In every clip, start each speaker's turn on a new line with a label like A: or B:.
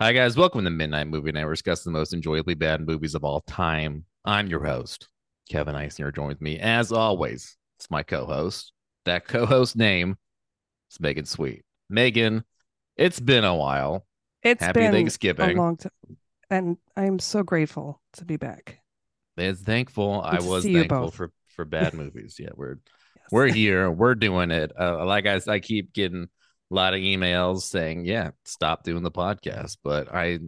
A: Hi, guys. Welcome to Midnight Movie Night. We're discussing the most enjoyably bad movies of all time. I'm your host, Kevin Eisner. Joined with me, as always, it's my co host. That co host name is Megan Sweet. Megan, it's been a while.
B: It's
A: Happy
B: been
A: Thanksgiving.
B: a long time, and I'm so grateful to be back.
A: It's thankful. I
B: to
A: was
B: see you
A: thankful
B: both.
A: for, for bad movies. Yeah, we're
B: Yes.
A: we're here. We're doing it. Uh, like I, s- I keep getting a lot of emails saying, "Yeah, stop doing the podcast," but I,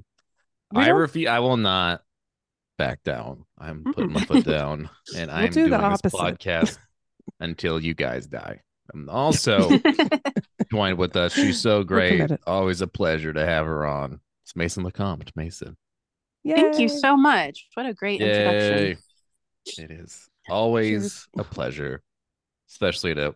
B: We
A: I
B: don't-
A: refuse. I will not back down. I'm putting my
B: Mm-mm.
A: foot down, and
B: We'll
A: I'm
B: do the
A: doing this
B: opposite.
A: podcast until you guys die. I'm also joined with us. She's so great.
B: committed.
A: Always a pleasure to have her on. It's Mason LeCompte. Mason,
C: Thank you
B: Yay.
C: so much. What a great
A: yay!
C: introduction.
A: It is always a pleasure, especially to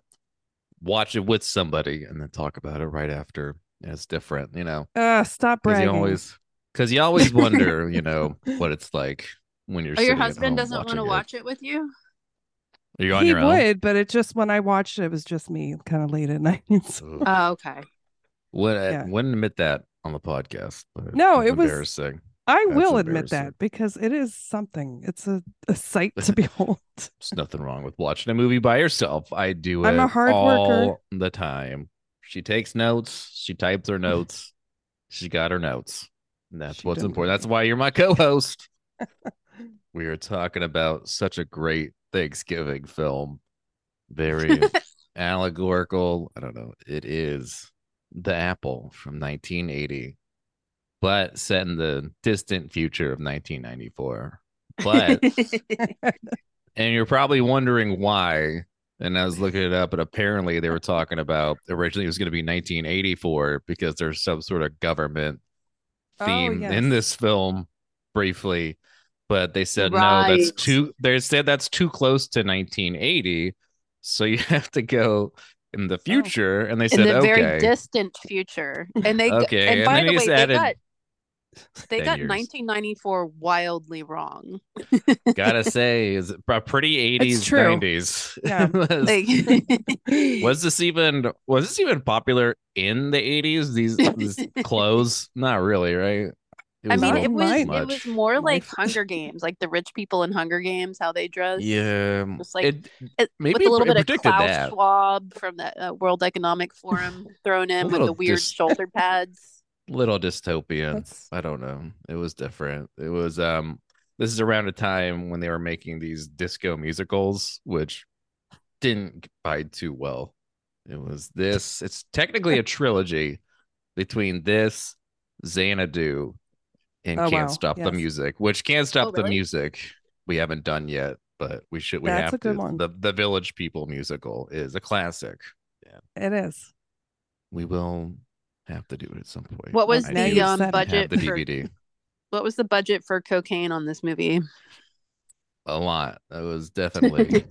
A: watch it with somebody and then talk about it right after. It's different, you know.
B: Uh, stop
A: because
B: bragging.
A: you always because you always wonder you know what it's like when you're
C: Oh, your
A: sitting at home
C: husband doesn't want to
A: watching it.
C: watch it with you?
A: Are you on
B: he
A: your own?
B: would, but it just when I watched it, it was just me, kind of late at night. So-
A: Ooh.
C: Oh, okay.
A: Would
B: yeah.
A: wouldn't admit that on the podcast. but
B: No, it was-
A: embarrassing.
B: I
A: That's
B: will admit
A: embarrassing.
B: that because it is something. It's a, a sight to behold.
A: There's nothing wrong with watching a movie by yourself. I do
B: I'm
A: it
B: a hard
A: all
B: worker.
A: the time. She takes notes. She types her notes. she got her notes. And that's
B: She
A: what's
B: done.
A: important. That's why you're my co-host. we are talking about such a great Thanksgiving film. Very allegorical. I don't know. It is The Apple from 1980, but set in the distant future of 1994. But and you're probably wondering why. And I was looking it up, and apparently they were talking about originally it was going to be 1984 because there's some sort of government
B: Oh,
A: theme
B: yes.
A: in this film briefly, but they said no, that's
C: Right.
A: too. They said that's too close to 1980, so you have to go in
B: Oh.
A: the future. And they
C: In
A: said
C: the very
A: okay,
C: distant future. And they
A: okay,
C: and, by
A: then
C: the way,
A: he just
C: they
A: added,
C: got they
A: 10
C: got
A: years.
C: 1994 wildly wrong.
A: gotta say, is a pretty 80s,
B: true.
A: 90s.
B: Yeah.
A: It was-
C: Like,
A: was this even was this even popular in the 80s these, these clothes not really right It
C: I
A: was
C: mean,
A: all
C: it was
B: Right.
C: it was
A: much.
C: more like
B: Life.
C: Hunger Games, like the rich people in Hunger Games, how they dress.
A: yeah
C: Just like
A: it,
C: It-
A: maybe
C: with a little
A: it,
C: bit of
A: predicted
C: Klaus
A: that
C: Schwab from the uh, World Economic Forum thrown in with
A: little
C: the weird
A: dis-
C: shoulder pads.
A: little dystopian
B: That's-
A: i don't know it was different it was um this is around a time when they were making these disco musicals which didn't buy too well it was this it's technically a trilogy between this xanadu and
B: Oh,
A: can't
B: wow.
A: stop the
B: Yes. Oh,
A: music which can't stop the
C: really?
A: music we haven't done yet but we should we
B: That's a
A: have
B: good
A: to
B: one.
A: the the village people musical is a classic
B: It is.
A: we will have to do it at some point
C: What was
A: I
B: Now
C: the
B: you
C: um,
B: said it.
A: I have
C: budget
A: the
C: for
A: dvd
C: What was the budget for cocaine on this movie?
A: a lot. That was definitely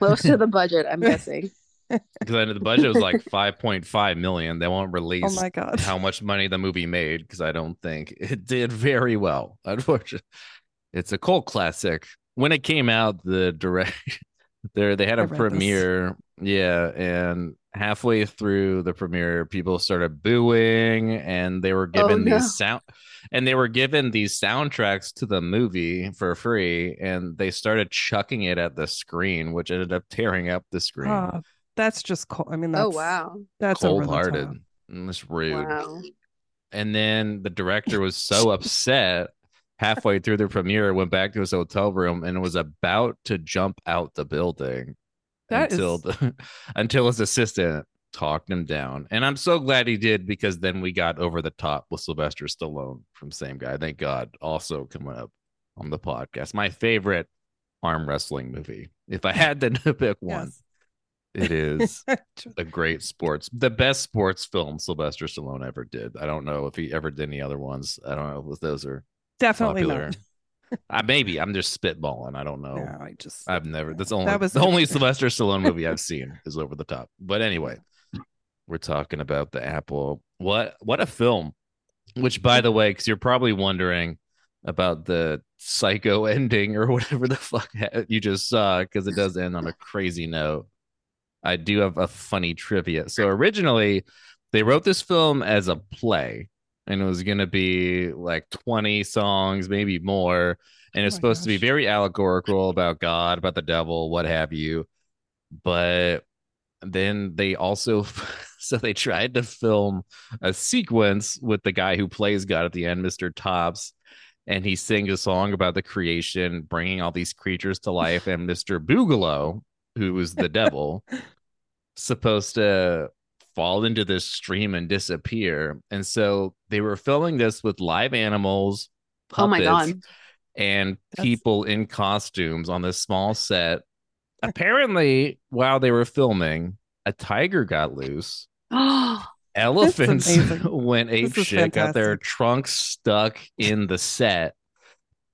C: Most of the budget, I'm guessing.
A: because I know the budget was like 5.5 million. They won't
B: Oh
A: release
B: my god.
A: how much money the movie made because I don't think it did very well. Unfortunately, it's a cult classic. When it came out, the direct there they had
B: I
A: a
B: read this.
A: premiere, yeah, and halfway through the premiere, people started booing, and they were
C: Oh,
A: given
C: no.
A: these sound, and they were given these soundtracks to the movie for free, and they started chucking it at the screen, which ended up tearing up the screen.
B: Ah, that's just cold. I mean, that's
C: Oh wow.
B: That's over the top.
A: cold-hearted. And Mm, It's rude
C: Wow.
A: and then the director was so upset halfway through the premiere went back to his hotel room and was about to jump out the building
B: That
A: until
B: is-
A: the, until his assistant talked him down and i'm so glad he did because then we got over the top with sylvester stallone from same guy thank god also coming up on the podcast my favorite arm wrestling movie if i had to pick one
B: Yes.
A: it is
B: True.
A: a great sports, the best sports film Sylvester Stallone ever did. I don't know if he ever did any other ones. I don't know if those are
B: Definitely
A: popular.
B: not.
A: I maybe I'm just spitballing. I don't know.
B: No, I just
A: I've never. That's
B: That
A: only
B: was-
A: the only Sylvester Stallone movie I've seen is Over the Top. But anyway, we're talking about the Apple. What what a film! Which, by the way, because you're probably wondering about the psycho ending or whatever the fuck you just saw, because it does end on a crazy note. I do have a funny trivia. So originally, they wrote this film as a play and it was going to be like 20 songs, maybe more. And it's
B: Oh my
A: supposed to be
B: gosh.
A: very allegorical about God, about the devil, what have you. But then they also, so they tried to film a sequence with the guy who plays God at the end, Mr. Tops. And he sings a song about the creation, bringing all these creatures to life. And Mr. Boogaloo, who was the devil, supposed to fall into this stream and disappear. And so they were filming this with live animals, puppets,
C: Oh my god.
A: and
B: That's-
A: people in costumes on this small set. Apparently, while they were filming, a tiger got loose.
C: Oh,
A: Elephants
B: amazing.
A: went
B: This
A: ape
B: is
A: shit, got their
B: fantastic.
A: trunks stuck in the set.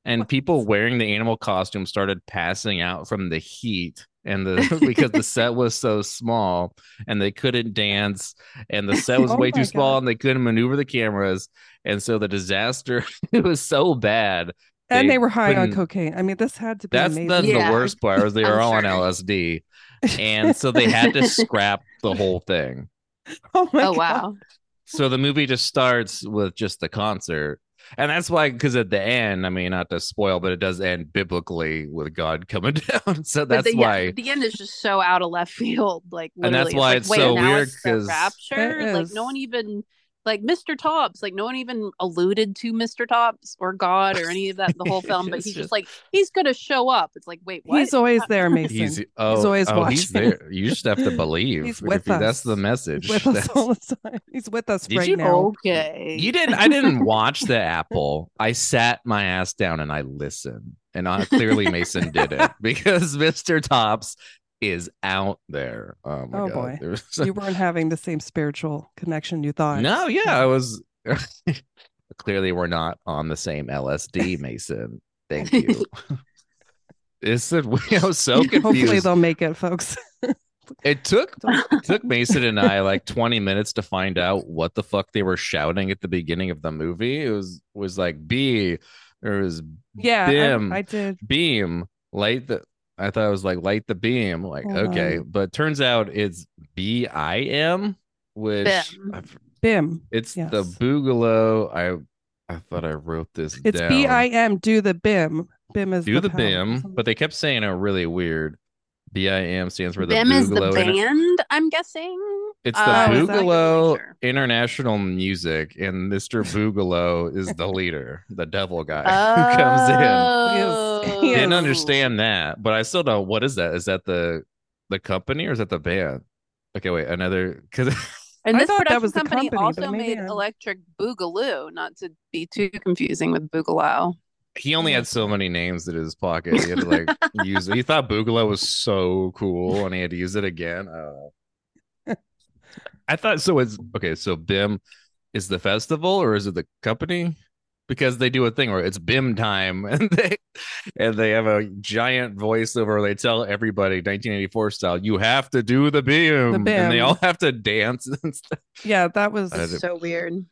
A: And
B: What?
A: people wearing the animal costume started passing out from the heat and the because the set was so small and they couldn't dance and the set was
B: Oh
A: way
B: my
A: too small
B: God.
A: and they couldn't maneuver the cameras. And so the disaster it was so bad.
B: and
A: They
B: they were high on
A: couldn't-
B: cocaine. I mean, this had to be
A: That's
B: amazing.
A: that's
C: Yeah.
A: the worst part was they
C: I'm
A: were all on
C: sure.
A: LSD. And so they had to scrap the whole thing.
B: oh, my
C: oh
B: God.
C: wow.
A: so the movie just starts with just the concert and that's why because at the end i mean not to spoil but it does end biblically with god coming down so
C: But
A: that's
C: the, yeah,
A: why
C: the end is just so out of left field. Like
A: And
C: literally,
A: that's why
C: like,
A: it's
C: wait,
A: so
C: now
A: weird,
C: it's the
A: 'cause-
C: rapture.
B: It
C: Like no
B: is.
C: one even like Mr. Tops, like no one even alluded to Mr. Tops or God or any of that in the whole film, but
A: It's
C: he's just,
A: just-
C: like he's gonna show up. It's like, wait, what?
B: He's always there, Mason.
A: he's
B: He's
A: oh,
B: always
A: oh, he's
B: watching.
A: there you just have to believe If
B: He's with
A: you- that's
B: us.
A: the message
B: with us
A: That's-
B: all the time. He's with us
A: Did
B: right
A: you
B: now.
C: okay.
A: you didn't i didn't watch the apple i sat my ass down and i listened and I, clearly mason did it because mr tops is out there oh my
B: Oh,
A: god
B: boy.
A: there was-
B: You weren't having the same spiritual connection you thought.
A: No, yeah,
B: Yeah.
A: I was. Clearly, we're not on the same LSD, Mason. Thank you. It's that we I was so
C: Hopefully
B: Hopefully
A: confused.
B: they'll make it, folks.
A: It took
B: Don't-
A: it took Mason and I like 20 minutes to find out what the fuck they were shouting at the beginning of the movie. It was was like B or was
B: yeah, I-
A: Bim.
B: I, did.
A: beam, light the I thought it was like light the beam. Like,
B: Hold
A: okay. But turns out it's B I M, which
C: Bim.
A: I
B: Bim.
A: It's the
B: Yes.
A: Boogaloo. I I thought I wrote this
B: It's
A: down.
B: B I M. Do the Bim. Bim is
A: do the
B: power.
A: BIM, but they kept saying it really weird. B I M stands for the
C: Them is the
A: Boogaloo. Inter-
C: band, I'm guessing.
A: it's the
B: Oh, is that-
A: Boogaloo
C: Sure.
A: International Music, and Mr. Boogaloo is the leader, the devil guy who comes in.
B: Yes.
C: Oh.
A: Didn't understand that, but I still don't. What is that? Is that the the company or is that the band? Okay, wait, another because
C: And
B: I
C: this
B: thought that
C: production
B: was the
C: company,
B: company, but
C: also
B: maybe
C: made
B: I'm-
C: Electric Boogaloo, not to be too confusing with Boogaloo.
A: he only had
B: Yes.
A: so many names in his pocket. He had to like use it. He thought Boogaloo was so cool and he had to use it again. I don't know. I thought so. It's okay. So BIM is the festival or is it the company? Because they do a thing where it's BIM time and they and they have a giant voiceover. where They tell everybody 1984 style, you have to do the BIM, and they
B: BIM.
A: all have to dance and stuff.
B: Yeah, that was
A: I did-
C: So weird.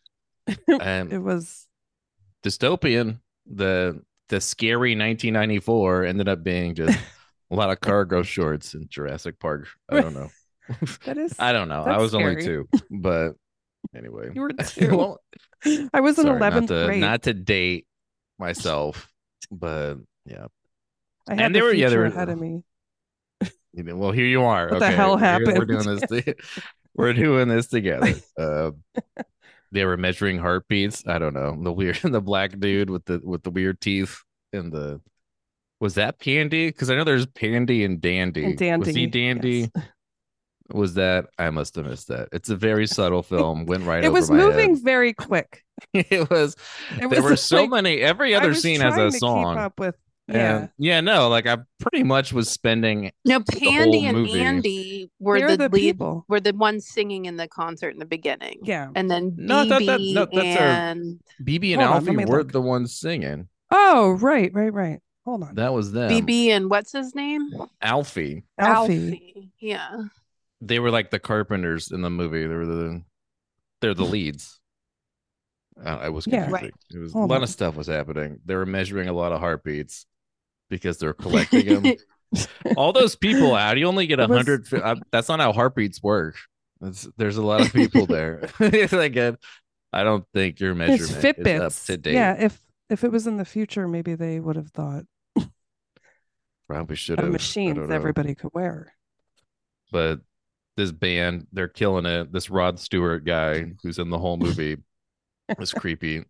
A: Um,
B: it was
A: dystopian the the scary 1994 ended up being just a lot of cargo shorts and jurassic park i don't know
B: that is
A: i don't know i
B: That's
A: was only
B: scary.
A: two but anyway
B: you were
A: I
B: two.
A: won't-
B: I was in
A: sorry,
B: eleventh
A: not, to,
B: grade.
A: not to date myself but yeah
B: I had
A: and they
B: the
A: were- yeah,
B: future
A: they were-
B: ahead of me.
A: You know, well here you are
B: What the
A: okay
B: hell
A: we're here- we're
B: happened?
A: doing this to- we're doing this together uh, they were measuring heartbeats i don't know the weird the black dude with the with the weird teeth and the was that pandy because i know there's pandy and dandy
B: And dandy.
A: was he dandy
B: yes.
A: was that i must have missed that it's a very subtle film went right
B: It
A: over
B: was
A: my head.
B: moving very quick.
A: it was there
B: It was
A: were so
B: like-
A: many every
B: I
A: other
B: was
A: scene has a
B: trying to keep
A: song
B: up with yeah.
A: And- yeah no like i pretty much was spending
C: No,
A: whole
C: Pandy and
A: movie.
C: Andy were
B: They're
C: the,
B: the
C: lead,
B: people.
C: were the ones singing in the concert in the beginning.
B: Yeah.
C: And then
A: No, I thought that-
C: BB
A: no, that's our-
C: and
A: bb and
B: Hold on, let
A: alfie
B: me
A: were
B: look.
A: the ones singing
B: Oh, right, right, right. Hold on.
A: that was them
C: BB and what's his name?
A: alfie
B: Alfie.
C: Yeah.
A: they were like the carpenters in the movie. They were the they're the leads. Uh, I was
B: Mm. Yeah.
A: confusing.
C: Right.
A: It was a
B: Hold
A: lot
B: on.
A: of stuff was happening. They were measuring a lot of heartbeats because they're collecting them. All those people. How do you only get a
B: It was-
A: hundred? fi- uh, That's not how heartbeats work. That's, there's a lot of people there. It's like a, I don't think your
B: His
A: measurement is up
B: Fitbits.
A: to date.
B: Yeah, if if it was in the future, maybe they would have thought
A: Probably should have
B: of
A: I don't
B: machines
A: know.
B: everybody could wear.
A: But this band, they're killing it. This Rod Stewart guy who's in the whole movie, this creepy,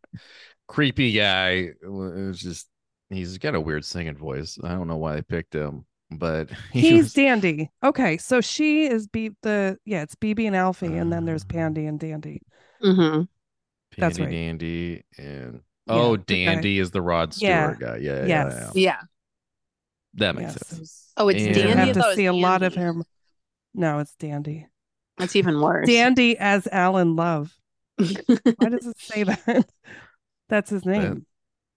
A: creepy guy. It was just he's got a weird singing voice. I don't know why they picked him, but he
B: He's
A: was-
B: Dandy. Okay, so she is B the yeah, it's BB and Alfie, and then there's
A: Ah.
B: Pandy and Dandy.
C: Mm-hmm.
B: That's
A: Pandy
B: right.
A: Dandy and
B: Yeah,
A: oh,
B: the guy.
A: Dandy is the Rod Stewart
B: Yeah.
A: guy. Yeah, yeah,
B: Yes.
A: yeah.
C: Yeah.
A: that makes
B: Yes.
A: sense.
C: Oh, it's
A: And-
B: You
C: Dandy. I
B: have
C: thought it
B: to
C: was
B: see a lot of
C: Andy.
B: him. No, it's Dandy.
C: That's even worse.
B: Dandy as Alan Love. Why does it say that? That's his
A: That-
B: name.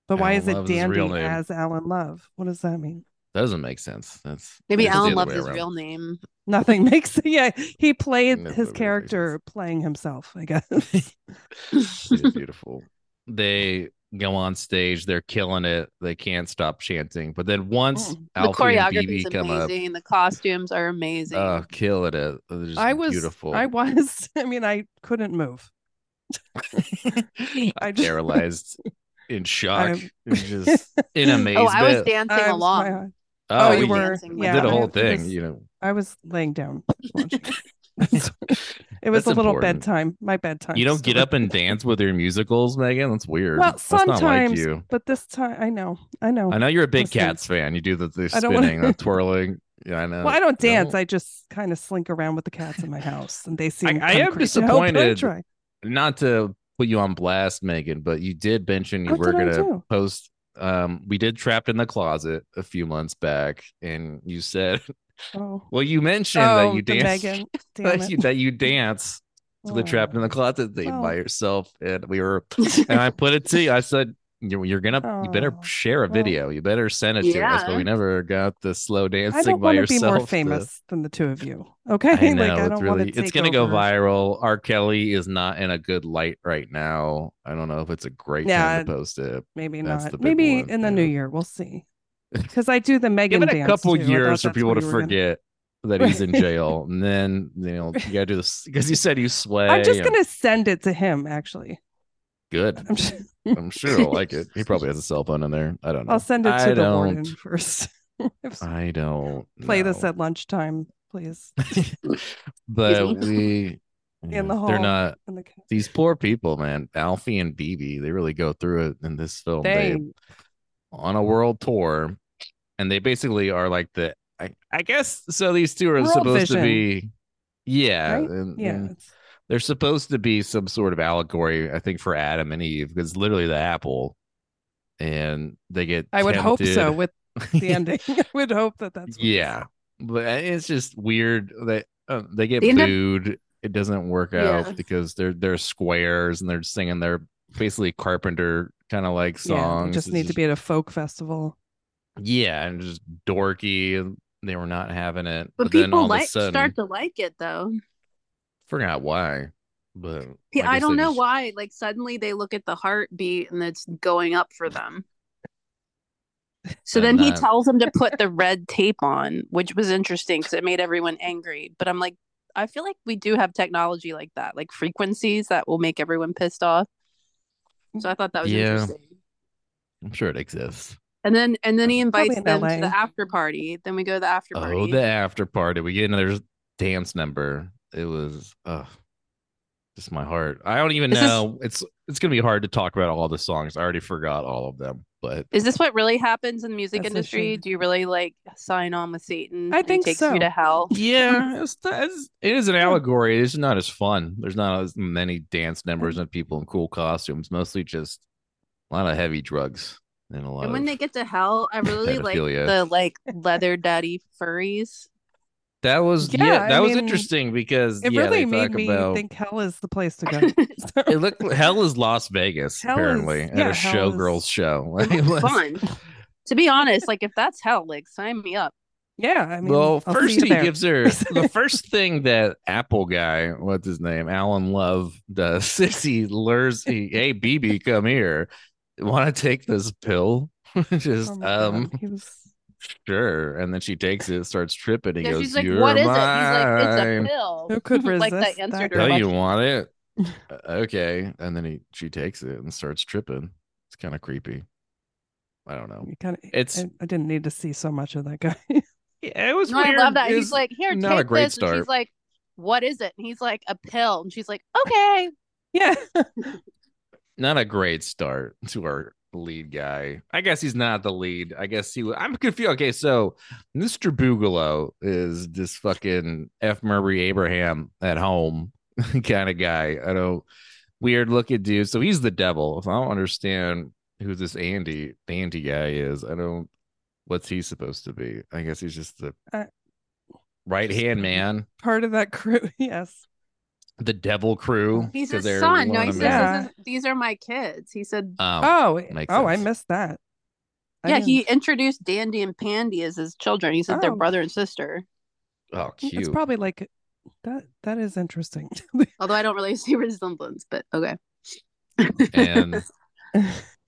B: But why
A: Alan
B: is it
A: Love's his
B: Dandy
A: real name.
B: as Alan Love? What does that mean?
A: Doesn't make sense. That's
C: Maybe
A: it's the
C: Alan
A: other
C: Love's
A: way
C: his
A: around.
C: real name.
B: Nothing makes yeah. He played
A: That's
B: his
A: what it is.
B: character playing himself, I guess.
A: It is beautiful. They go on stage, they're killing it. They can't stop chanting. But then once
B: Mm.
C: The
A: Alfie and
C: choreography is
A: BB come up,
C: amazing. The costumes are amazing.
A: oh, killing it. They're just
B: I was
A: beautiful.
B: I was I mean I couldn't move. I just-
A: paralyzed in shock.
B: I'm-
A: It was just in amazement.
C: oh, I was dancing
B: I was-
C: along.
B: my-
A: Oh,
B: Oh,
A: we
B: you
C: we
B: were
C: dancing
A: I
C: with
B: yeah.
A: did a
C: them.
A: whole
B: it
A: thing,
B: was-
A: you know.
B: I was laying down. watching. it was
A: That's
B: a little
A: important.
B: bedtime. My bedtime.
A: You don't get
B: story.
A: up and dance with your musicals, Megan. That's weird.
B: Well,
A: That's not like
B: sometimes,
A: you.
B: but this time I know. I know.
A: I know you're a big
B: listen.
A: cats fan. You do the, the
B: I don't wanna-
A: spinning, the twirling. Yeah, I know.
B: well, I don't
A: you
B: dance.
A: don't-
B: I just kind of slink around with the cats in my house, and they see.
A: I- I am disappointed
B: Try.
A: not to put you on blast, Megan, but you did mention you
B: What
A: were
B: did I
A: gonna
B: do?
A: post. Um, we did trapped in the closet a few months back, and you said,
B: Oh,
A: well, you mentioned
B: oh
A: that you
B: the
A: dance
B: Megan. Damn
A: that
B: it.
A: you, that you dance to the trapped in the
B: Oh.
A: closet thing by
B: Well.
A: yourself, and we were, and I put it to you. I said. You're, you're gonna you better
B: Oh,
A: share a
B: well.
A: video you better send it to us but
C: Yeah.
A: we never got the slow dancing
B: I don't
A: by
B: want to be
A: yourself
B: more
A: to-
B: famous than the two of you. Okay,
A: I know
B: like I
A: it's
B: don't
A: really
B: want to.
A: it's gonna go viral. R. Kelly is not in a good light right now. I don't know if it's a great
B: Yeah,
A: time to post it.
B: Maybe
A: That's the
B: not.
A: big
B: Maybe
A: one,
B: in the
A: yeah.
B: new year, we'll see. Because I do the Megan
A: Give it a
B: dance
A: couple
B: too. I thought
A: years for
B: that's
A: people
B: where
A: to
B: you were gonna-
A: forget that he's in jail, and then you know you gotta do this because you said you sway.
B: I'm just
A: and-
B: gonna send it to him. Actually,
A: good.
B: I'm just,
A: I'm sure he'll like it. He probably has a cell phone in there. I don't know.
B: I'll send it to
A: I
B: the
A: don't-
B: warden first.
A: I don't
B: Play this
A: know.
B: at lunchtime, please.
A: but we yeah,
B: the hall.
A: they're not
B: In the ca-
A: these poor people, man. Alfie and BB, they really go through it in this film.
B: they,
A: on a world tour and they basically are like the i, I guess so these two are
B: World
A: supposed to
B: Vision,
A: be yeah
B: right?
A: and-
B: yeah,
A: and
B: it's-
A: they're supposed to be some sort of allegory i think for adam and eve because literally the apple and they get
B: I would hope so.
A: tempted.
B: With the ending, I would hope that that's what it is.
A: yeah but it's just weird that uh, they get
C: They end up-
A: booed it doesn't work
C: Yeah.
A: out because they're they're squares and they're singing their basically carpenter kind of like
B: Yeah,
A: songs
B: they just
A: It's
B: need to be at a folk festival.
A: yeah, and just dorky. and They were not having it.
C: But
A: then
C: people
A: all of a
C: like
A: sudden,
C: start to like it though.
A: forgot why. But
C: Yeah, I,
A: guess
C: don't
A: they
C: know
A: just-
C: why. Like suddenly they look at the heartbeat and it's going up for them. So
A: And
C: then he
A: that-
C: tells them to put the red tape on, which was interesting because it made everyone angry. But I'm like, I feel like we do have technology like that, like frequencies that will make everyone pissed off. So I thought that was
A: Yeah.
C: interesting.
A: I'm sure it exists.
C: And then and then he
B: Probably
C: invites
B: in
C: them
B: LA.
C: to the after party. Then we go to the after party.
A: Oh, the after party. We get another dance number. It was uh just my heart. I don't even
C: Is this-
A: know. It's it's gonna be hard to talk about all the songs. I already forgot all of them. But
C: Is this what really happens in the music
B: That's a
C: industry?
B: shame.
C: Do you really like sign on with Satan?
B: I
C: and he
B: think
C: takes
B: so.
C: you to hell.
A: yeah, it's, it's it is an allegory. It's not as fun. There's not as many dance numbers and people in cool costumes. Mostly just a lot of heavy drugs and a lot.
C: And
A: of...
C: when they get to hell, I really like
A: Pedophilia.
C: the like leather daddy furries.
A: That was yeah,
B: Yeah, I
A: that was
B: mean,
A: interesting because
B: It
A: yeah, they
B: really made
A: talk
B: me
A: about
B: think hell is the place to go. So-
A: it looked hell is Las Vegas
B: Hell is-
A: apparently at
B: yeah,
A: a
B: hell is-
A: showgirls show. Like,
C: It
A: it
C: looks
A: was-
C: fun. To be honest, like if that's hell, like sign me up.
B: yeah, I mean,
A: well,
B: I'll see
A: first
B: you
A: he
B: there.
A: gives her the first thing that Apple guy, what's his name, Alan Love does is he lures he, hey BB come here, want to take this pill? Just
B: Oh my God,
A: um
B: he was
A: sure, and then she takes it, starts tripping. He
C: Yeah,
A: goes,
C: she's like,
A: "You're
C: "What is
A: mine."
C: it?" He's like, "It's a pill."
B: Who could
C: like
B: resist
C: that answered
B: that
A: Tell
C: her
A: you want it? "Uh, okay and then he she takes it and starts tripping it's kind of creepy i don't know
B: You kind of.
A: It's-
B: I, I didn't need to see so much of that guy. Yeah, it was
C: No, I
B: weird.
C: love that.
A: It
C: He's
A: was
C: like, here,
A: not a
C: take
A: great
C: this. And
A: start.
C: she's like, what is it? And he's like, a pill. And she's like, okay.
B: Yeah.
A: not a great start to our lead guy i guess he's not the lead i guess he was i'm confused okay so mr boogaloo is this fucking f murray abraham at home kind of guy i don't weird looking dude so he's the devil if i don't understand who this andy andy guy is i don't what's he supposed to be i guess he's just the
B: Uh,
A: right hand man
B: Part of that crew. Yes.
A: the devil crew
C: He's
A: 'cause
C: his
A: they're
C: son. No,
A: loaning
C: he
A: him
C: says,
A: out.
B: out.
C: this is- these are my kids. He said,
A: Um,
B: Oh.
A: makes
B: oh, I
A: sense.
B: missed that. I
C: yeah,
B: didn't-
C: he introduced Dandy and Pandy as his children. He said
B: Oh.
C: they're brother and sister.
A: oh
B: It's
A: cute
B: probably like that. That is interesting.
C: Although I don't really see resemblance, but okay.
A: and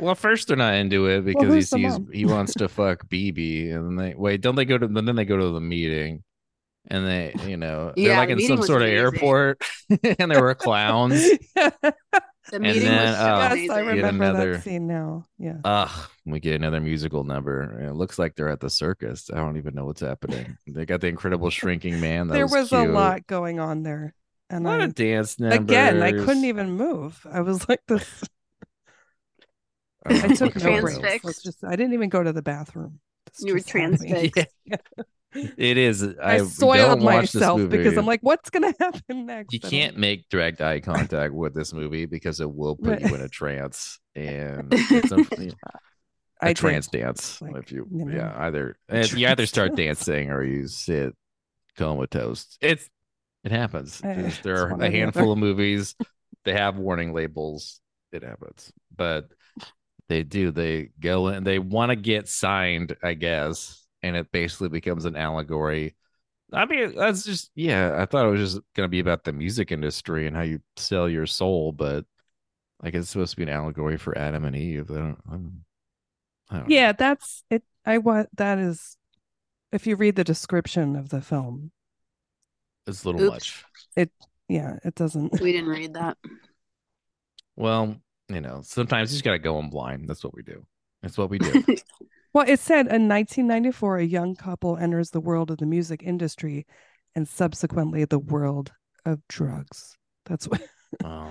A: Well, first they're not into it because he
B: who's the
A: sees
B: mom?
A: he wants to fuck BB, and then they wait. Don't they go to? Then they go to the meeting, and they you know they're
C: Yeah,
A: like
C: the
A: in
C: meeting
A: some
C: was
A: sort of
C: amazing.
A: airport, and there were clowns.
C: The meeting
A: then,
C: was so
A: uh,
B: yes, I
C: amazing.
A: Yet
B: remember
A: another-
B: that scene now. Yeah.
A: Ugh, we get another musical number. and It looks like they're at the circus. I don't even know what's happening. They got the Incredible Shrinking Man. That
B: there was a
A: cute.
B: lot going on there.
A: A
B: And
A: lot
B: I,
A: of dance numbers.
B: again, I couldn't even move. I was like this.
A: don't
B: I
A: know
B: took
A: what
B: no
A: it was.
B: breaks. Let's
C: Transfixed.
B: just, I didn't even go to the bathroom. This
C: You were
B: just happened.
C: transfixed.
A: It is. I,
B: I soiled
A: don't watch this
B: myself because
A: movie.
B: I'm like, what's gonna happen next?
A: you
B: I don't-
A: can't make direct eye contact with this movie because it will put
B: Right.
A: you in a trance and it's a, a
B: I did.
A: trance dance
B: Like,
A: if you,
B: you know,
A: yeah either
B: a
A: if you either
B: trance
A: start
B: dance.
A: dancing or you sit comatose it's it happens
B: Eh,
A: There's- there
B: it's
A: are
B: one
A: a
B: or the
A: handful
B: other.
A: of movies they have warning labels it happens but they do they go and they want to get signed i guess and it basically becomes an allegory i mean that's just yeah i thought it was just going to be about the music industry and how you sell your soul but like it's supposed to be an allegory for adam and eve i don't, I'm, I don't know.
B: Yeah, that's it. I want that is. If you read the description of the film,
A: it's a little
C: Oops.
A: much
B: yeah, it doesn't.
C: We didn't read that.
A: well you know sometimes you just gotta go in blind that's what we do that's what we do
B: Well, it said in 1994, a young couple enters the world of the music industry, and subsequently the world of drugs. That's what.
A: oh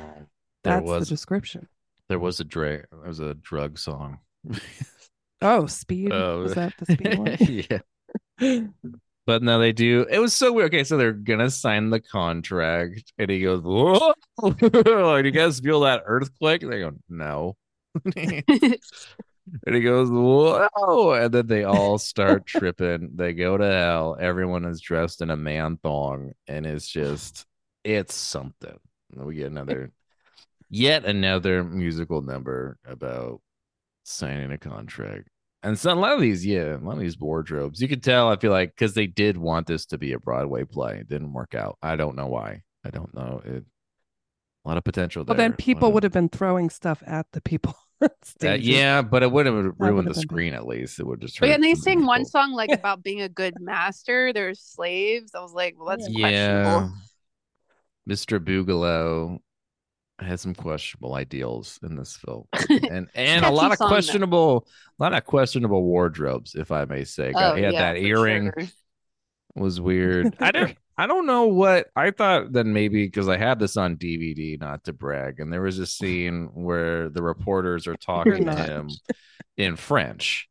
A: there
B: That's
A: was
B: the description.
A: there was a drag there was a drug song
B: Oh, speed.
A: Oh.
B: was that the speed one?
A: yeah But no, they do. It was so weird. Okay, so they're gonna sign the contract, and he goes, "Whoa!" like, you guys feel that earthquake? And they go, "No." and he goes, "Whoa!" And then they all start tripping. They go to hell. Everyone is dressed in a man thong, and it's just, it's something. And then we get another, yet another musical number about signing a contract. And so a lot of these, yeah, a lot of these wardrobes, you could tell. I feel like because they did want this to be a Broadway play, it didn't work out. I don't know why. I don't know. It a lot of potential
B: Well,
A: there.
B: then people would have been throwing stuff at the people. on
A: Uh,
B: stages.
A: yeah, but it would have ruined the
B: been-
A: screen at least. It would just.
C: But
A: hurt
C: yeah, and they
A: some
C: sing one
A: people.
C: song like about being a good master. They're slaves. I was like, well, that's
A: Yeah,
C: questionable.
A: Mr. Boogaloo has some questionable ideals in this film, and and a
C: Catchy
A: lot of
C: song, though.
A: questionable, a lot of questionable wardrobes, if I may say.
C: Oh,
A: he had
C: yeah,
A: that
C: for
A: earring.
C: sure.
A: was weird. I don't I don't know what I thought then maybe because I had this on DVD, not to brag, and there was a scene where the reporters are talking to
B: not.
A: him in French.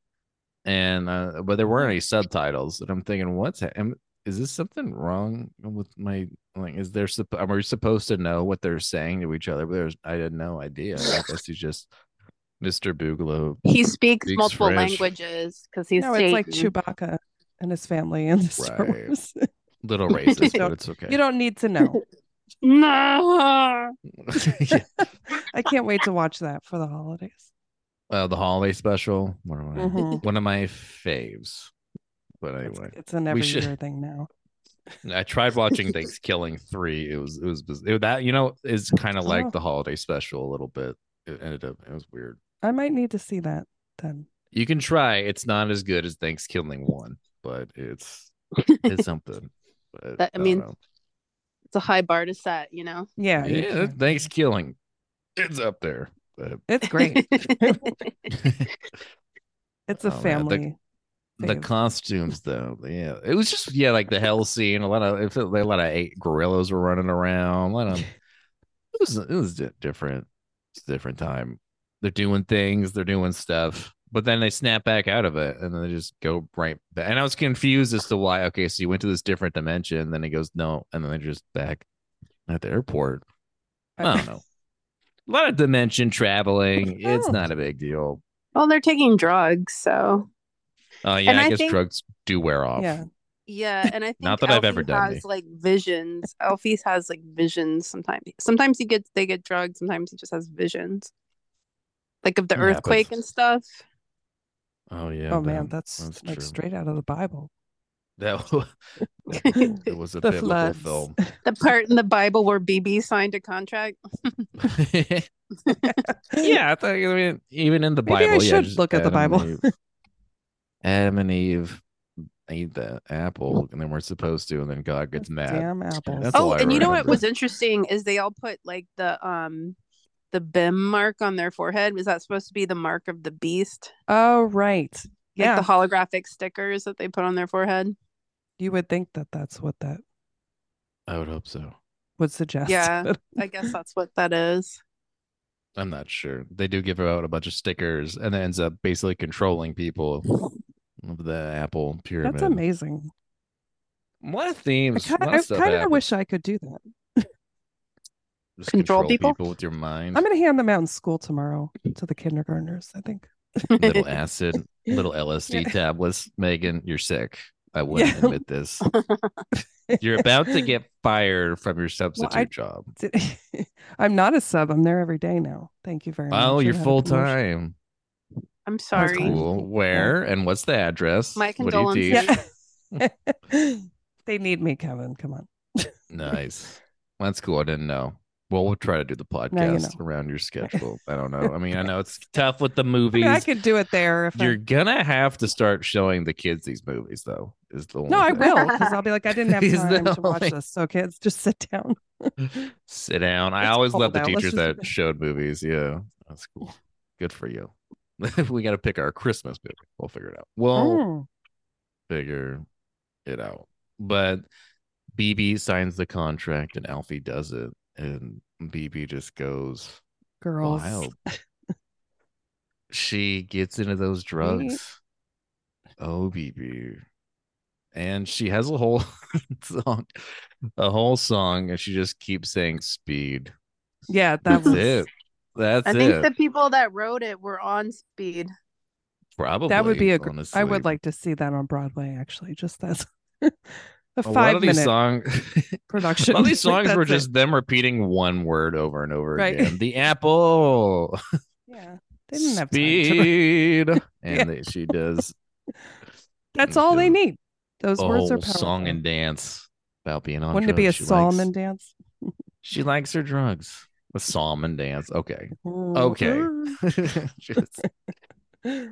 A: And uh, but there weren't any subtitles, and I'm thinking, what's ha- am, is this something wrong with my like? Is there supp- am we supposed to know what they're saying to each other? But there's I had no idea. I guess he's just Mr. Boogaloo.
C: He speaks,
A: Speaks
C: multiple
A: French.
C: languages because he's
B: No, it's like
C: Satan.
B: Chewbacca and his family and the Star
A: Right.
B: Wars.
A: Little racist, but
B: don't-
A: it's okay.
B: You don't need to know.
C: No.
A: Yeah.
B: I can't wait to watch that for the holidays.
A: uh, the holiday special. One of my,
C: Mm-hmm.
B: Mhm.
A: one of my faves. But
B: It's-
A: anyway,
B: It's, an every
A: should-
B: year thing now.
A: I tried watching Thanksgiving three. It was it was biz- it, that you know is kind of like
B: Oh.
A: the holiday special a little bit. It ended up it was weird.
B: I might need to see that then.
A: You can try. It's not as good as Thanksgiving one, but it's it's something. But
C: That- I
A: don't
C: mean,
A: know.
C: It's a high bar to set, you know?
B: Yeah. you
A: yeah,
B: can.
A: thanks killing. It's up there. but-
B: It's great. It's a
A: Oh, man, the-
B: family.
A: the
B: fave.
A: costumes though yeah it was just yeah like the hell scene a lot of it felt like a lot of eight gorillas were running around a lot of it was it was di- different it's a different time they're doing things they're doing stuff but then they snap back out of it and then they just go right back and i was confused as to why okay so you went to this different dimension then it goes no and then they're just back at the airport i don't know a lot of dimension traveling it's
B: Oh.
A: not a big deal
C: well, they're taking drugs, so
A: uh, yeah
C: And
A: i,
C: I
A: guess
C: think-
A: drugs do wear off
B: Yeah.
C: yeah, and I think
A: Not that I've ever
C: Alfie
A: done
C: has
A: any.
C: like visions. Alfie has like visions sometimes. Sometimes he gets they get drugs. Sometimes he just has visions, like of the
A: It
C: earthquake
A: happens.
C: and stuff.
A: oh yeah
B: oh man,
A: that-
B: that's,
A: that's
B: like
A: true.
B: straight out of the Bible.
A: That was, it
C: the
A: was a
B: The
A: biblical
B: floods.
A: film.
C: part in the Bible where BB signed a contract.
A: yeah, I thought I mean even in the
B: Maybe I
A: Bible. yeah,
B: should
A: just
B: look at the
A: Adam and
B: Bible.
A: Eve- Adam and Eve ate the apple, and then we're supposed to, and then God gets mad.
B: Damn apples.
A: That's all
C: oh,
A: I
C: and you know what
A: remember.
C: was interesting is they all put like the um the BIM mark on their forehead. Was that supposed to be the mark of the beast?
B: Oh, right. Yeah.
C: Like the holographic stickers that they put on their forehead.
B: you would think that that's what that
A: I would hope so.
B: would suggest.
C: Yeah.
B: but-
C: I guess that's what that is.
A: I'm not sure. They do give out a bunch of stickers, and it ends up basically controlling people of the apple pyramid.
B: that's amazing.
A: A lot of
B: I
A: themes.
B: kind
A: a lot
B: of
A: stuff happens.
B: wish I could do that.
A: Mm. Just
C: Control people?
A: with your mind.
B: I'm going to hand them out in school tomorrow to the kindergartners, I think.
A: little acid, little LSD tablets. Megan, you're sick. I wouldn't
B: Yeah.
A: admit this. You're about to get fired from your substitute
B: I-
A: job.
B: Did- I'm not a sub. I'm there every day now. Thank you very much.
A: Oh,
B: I've
A: you're
B: had a
A: full
B: promotion.
A: time.
C: I'm
A: That's
C: sorry.
A: cool. Where and what's the address?
C: My
A: What do you teach?
C: condolences.
B: Yeah. they need me, Kevin. Come on.
A: Nice. That's cool. I didn't know. Well, we'll try to do the
B: you
A: podcast
B: know.
A: around your schedule. I don't know. I mean, I know it's tough with the
B: I, mean,
A: movies.
B: I could do it there if
A: You're
B: I.
A: gonna have to start showing the kids these movies, though. Is the
B: No, I
A: only thing.
B: will because I'll be like, I didn't have
A: He's the
B: time to watch
A: only-
B: this. So, kids, just sit down.
A: Sit down. I
B: It's
A: always
B: cold
A: love the
B: out. Let's
A: teachers
B: just-
A: that showed movies. Yeah, that's cool. Good for you. we got to pick our Christmas movie. We'll figure it out. We'll
B: Mm.
A: figure it out. But BB signs the contract and Alfie does it. And BB just goes
B: Girls.
A: wild. she gets into those drugs. Oh, BB. And she has a whole song, a whole song, and she just keeps saying speed.
B: Yeah, that
A: That's
B: was
A: it. That's
C: I think
A: it.
C: the people that wrote it were on speed.
A: Probably
B: that would be a. gr-
A: Honestly.
B: I would like to see that on Broadway. Actually, just that a
A: a lot
B: five
A: of these
B: minute
A: songs. a
B: production.
A: lot of these songs were
B: That's it.
A: just them repeating one word over and over
B: Right.
A: again. The apple.
B: Yeah, they didn't have time. To...
A: speed. and
B: Yeah.
A: they- she does
B: That's all they
A: do
B: need. Those
A: a
B: words are
A: whole
B: powerful.
A: song and dance about being on.
B: Wouldn't it be a
A: drugs. She
B: psalm
A: likes-
B: and dance?
A: She likes her drugs. A psalm and dance. Okay. Okay.
B: Ooh.
A: Just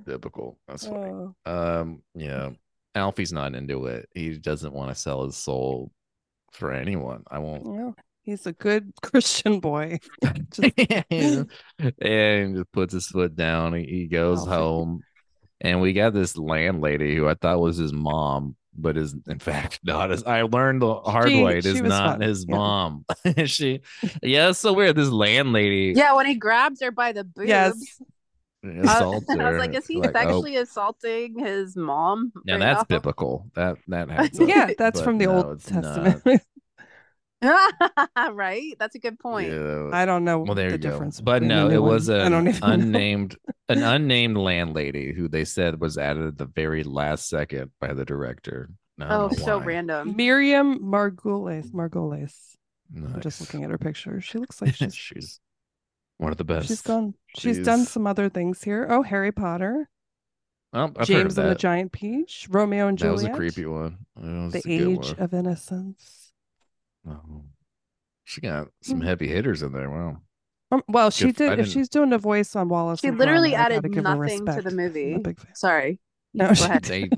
A: typical. That's funny.
B: Oh.
A: Um, yeah. Alfie's not into it. He doesn't want to sell his soul for anyone. I won't.
B: Yeah. He's a good Christian boy. Just-
A: and he just puts his foot down. He, he
C: Oh,
A: goes
B: Alfie.
A: home. And we got this landlady who I thought was his mom, but is in fact not his. I learned the hard
B: She-
A: way. It
B: she
A: is
B: was
A: not
B: fun.
A: his
B: Yeah.
A: mom. she, yeah, it's so weird. This landlady
C: Yeah, when he grabs her by the boobs.
B: yes.
A: assaults
C: I, I
A: her.
C: was like, is he
A: Like, oh,
C: actually assaulting his mom?
A: now
C: right
A: that's
C: off?
A: biblical. That that happens.
B: Yeah, that's
A: But
B: from the
A: no,
B: Old
A: it's not.
B: Testament.
C: right? That's a good point.
B: I don't know
A: Well, there
B: the
A: you go.
B: difference.
A: But
B: between the
A: no,
B: new
A: it
B: one.
A: was
B: I don't
A: an
B: even know.
A: unnamed, an unnamed landlady who they said was added at the very last second by the director. No, I
C: Oh,
A: don't know
C: so
A: why.
C: random.
B: Miriam Margulies. Margulies. I'm
A: Nice.
B: just looking at her picture. She looks like she's
A: she's one of the best.
B: she's gone. she's done
A: She's-
B: some other things here. Oh, Harry Potter.
A: Oh, I've heard of
B: James and the
A: that.
B: Giant Peach, Romeo and
A: That
B: Juliet.
A: was a creepy one. That was
B: The
A: a good
B: Age
A: one.
B: of Innocence.
A: Oh. She got some
B: Mm.
A: heavy hitters in there. Wow.
B: Um, well, she
A: Good- I
B: did. If
A: didn't-
B: she's doing a voice on Wallace,
C: She
B: and
C: literally
B: Gromit, I
C: added
B: gotta give her
C: nothing to the
B: respect. I'm a
C: movie.
B: big fan.
C: Sorry.
B: No,
C: Go ahead.
A: They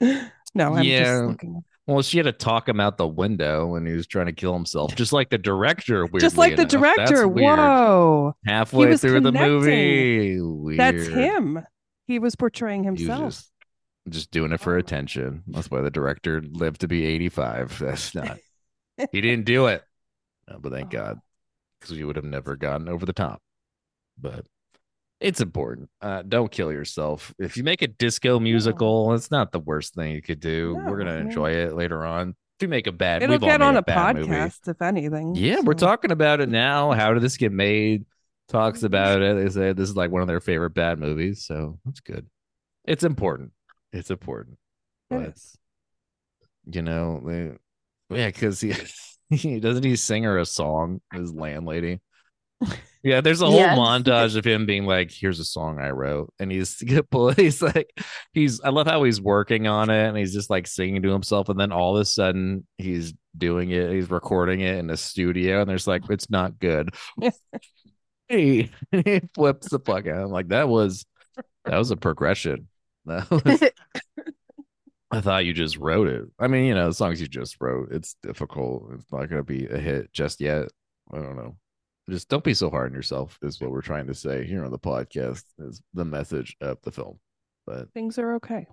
B: no, I'm
A: Yeah.
B: just looking.
A: Well, she had to talk him out the window when he was trying to kill himself, just like the director. Weirdly
B: Just like the
A: enough. That's
B: director.
A: weird.
B: Whoa.
A: Halfway
B: was
A: through the
B: connecting.
A: movie, Weird.
B: That's him. He was portraying
A: He was
B: himself. Oh.
A: just, just doing it for attention. That's why the director lived to be 85. That's not, he didn't do it. Uh, but thank
B: Oh.
A: God, because you would have never gotten over the top. But it's important. Uh, don't kill yourself. If you make a disco musical, it's not the worst thing you could do. We're
B: No,
A: going
B: I
A: to
B: mean-
A: enjoy it later on. If you make a bad,
B: It'll
A: we've all
B: get
A: made
B: on
A: a,
B: a
A: bad movie.
B: podcast, if anything.
A: Yeah, we're
B: so-
A: talking about it now. How did this get made? Talks
B: Mhm.
A: about it. They say this is like one of their favorite bad movies, so that's good. It's important. It's important.
B: It
A: But
B: is.
A: you know, they, yeah, because he, he doesn't he sing her a song, his landlady. Yeah, there's a whole
C: Yes.
A: montage of him being like, "Here's a song I wrote," and he's he's like, he's I love how he's working on it and he's just like singing to himself, and then all of a sudden he's doing it, he's recording it in a studio, and there's like, it's not good. hey, and he flips the fuck out. I'm like, that was that was a progression. That was I thought you just wrote it. I mean, you know, the songs you just wrote, it's difficult. It's not going to be a hit just yet. I don't know. Just don't be so hard on yourself, is what we're trying to say here on the podcast, is the message of the film. But
B: Things are okay.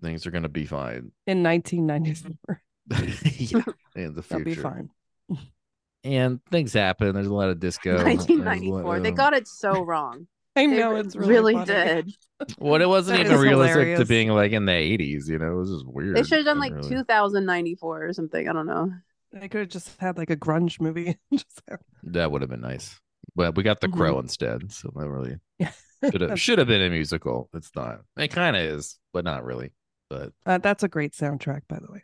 A: things are going to be fine
B: In 1994,
A: yeah, in the
B: they'll be
A: future.
B: fine.
A: And things happen. There's a lot of disco. There's a lot
C: 1994. They
A: of-
C: got it so wrong.
B: I
C: They
B: know
C: re-
B: it's really, funny.
C: did.
A: Well, it wasn't
B: That
A: even
B: is
A: realistic to
B: hilarious.
A: being like in the 80s, you know, it was just weird.
C: They should have done
A: It
C: like
A: really-
C: 2094 or something. I don't know.
B: They could have just had like a grunge movie. Just have-
A: That would have been nice. But we got the
B: Mm-hmm.
C: Mhm.
A: crow instead, so that really
B: Yeah.
A: should have should have been a musical. It's not. It kind of is, but not really. But
B: uh, that's a great soundtrack, by the way.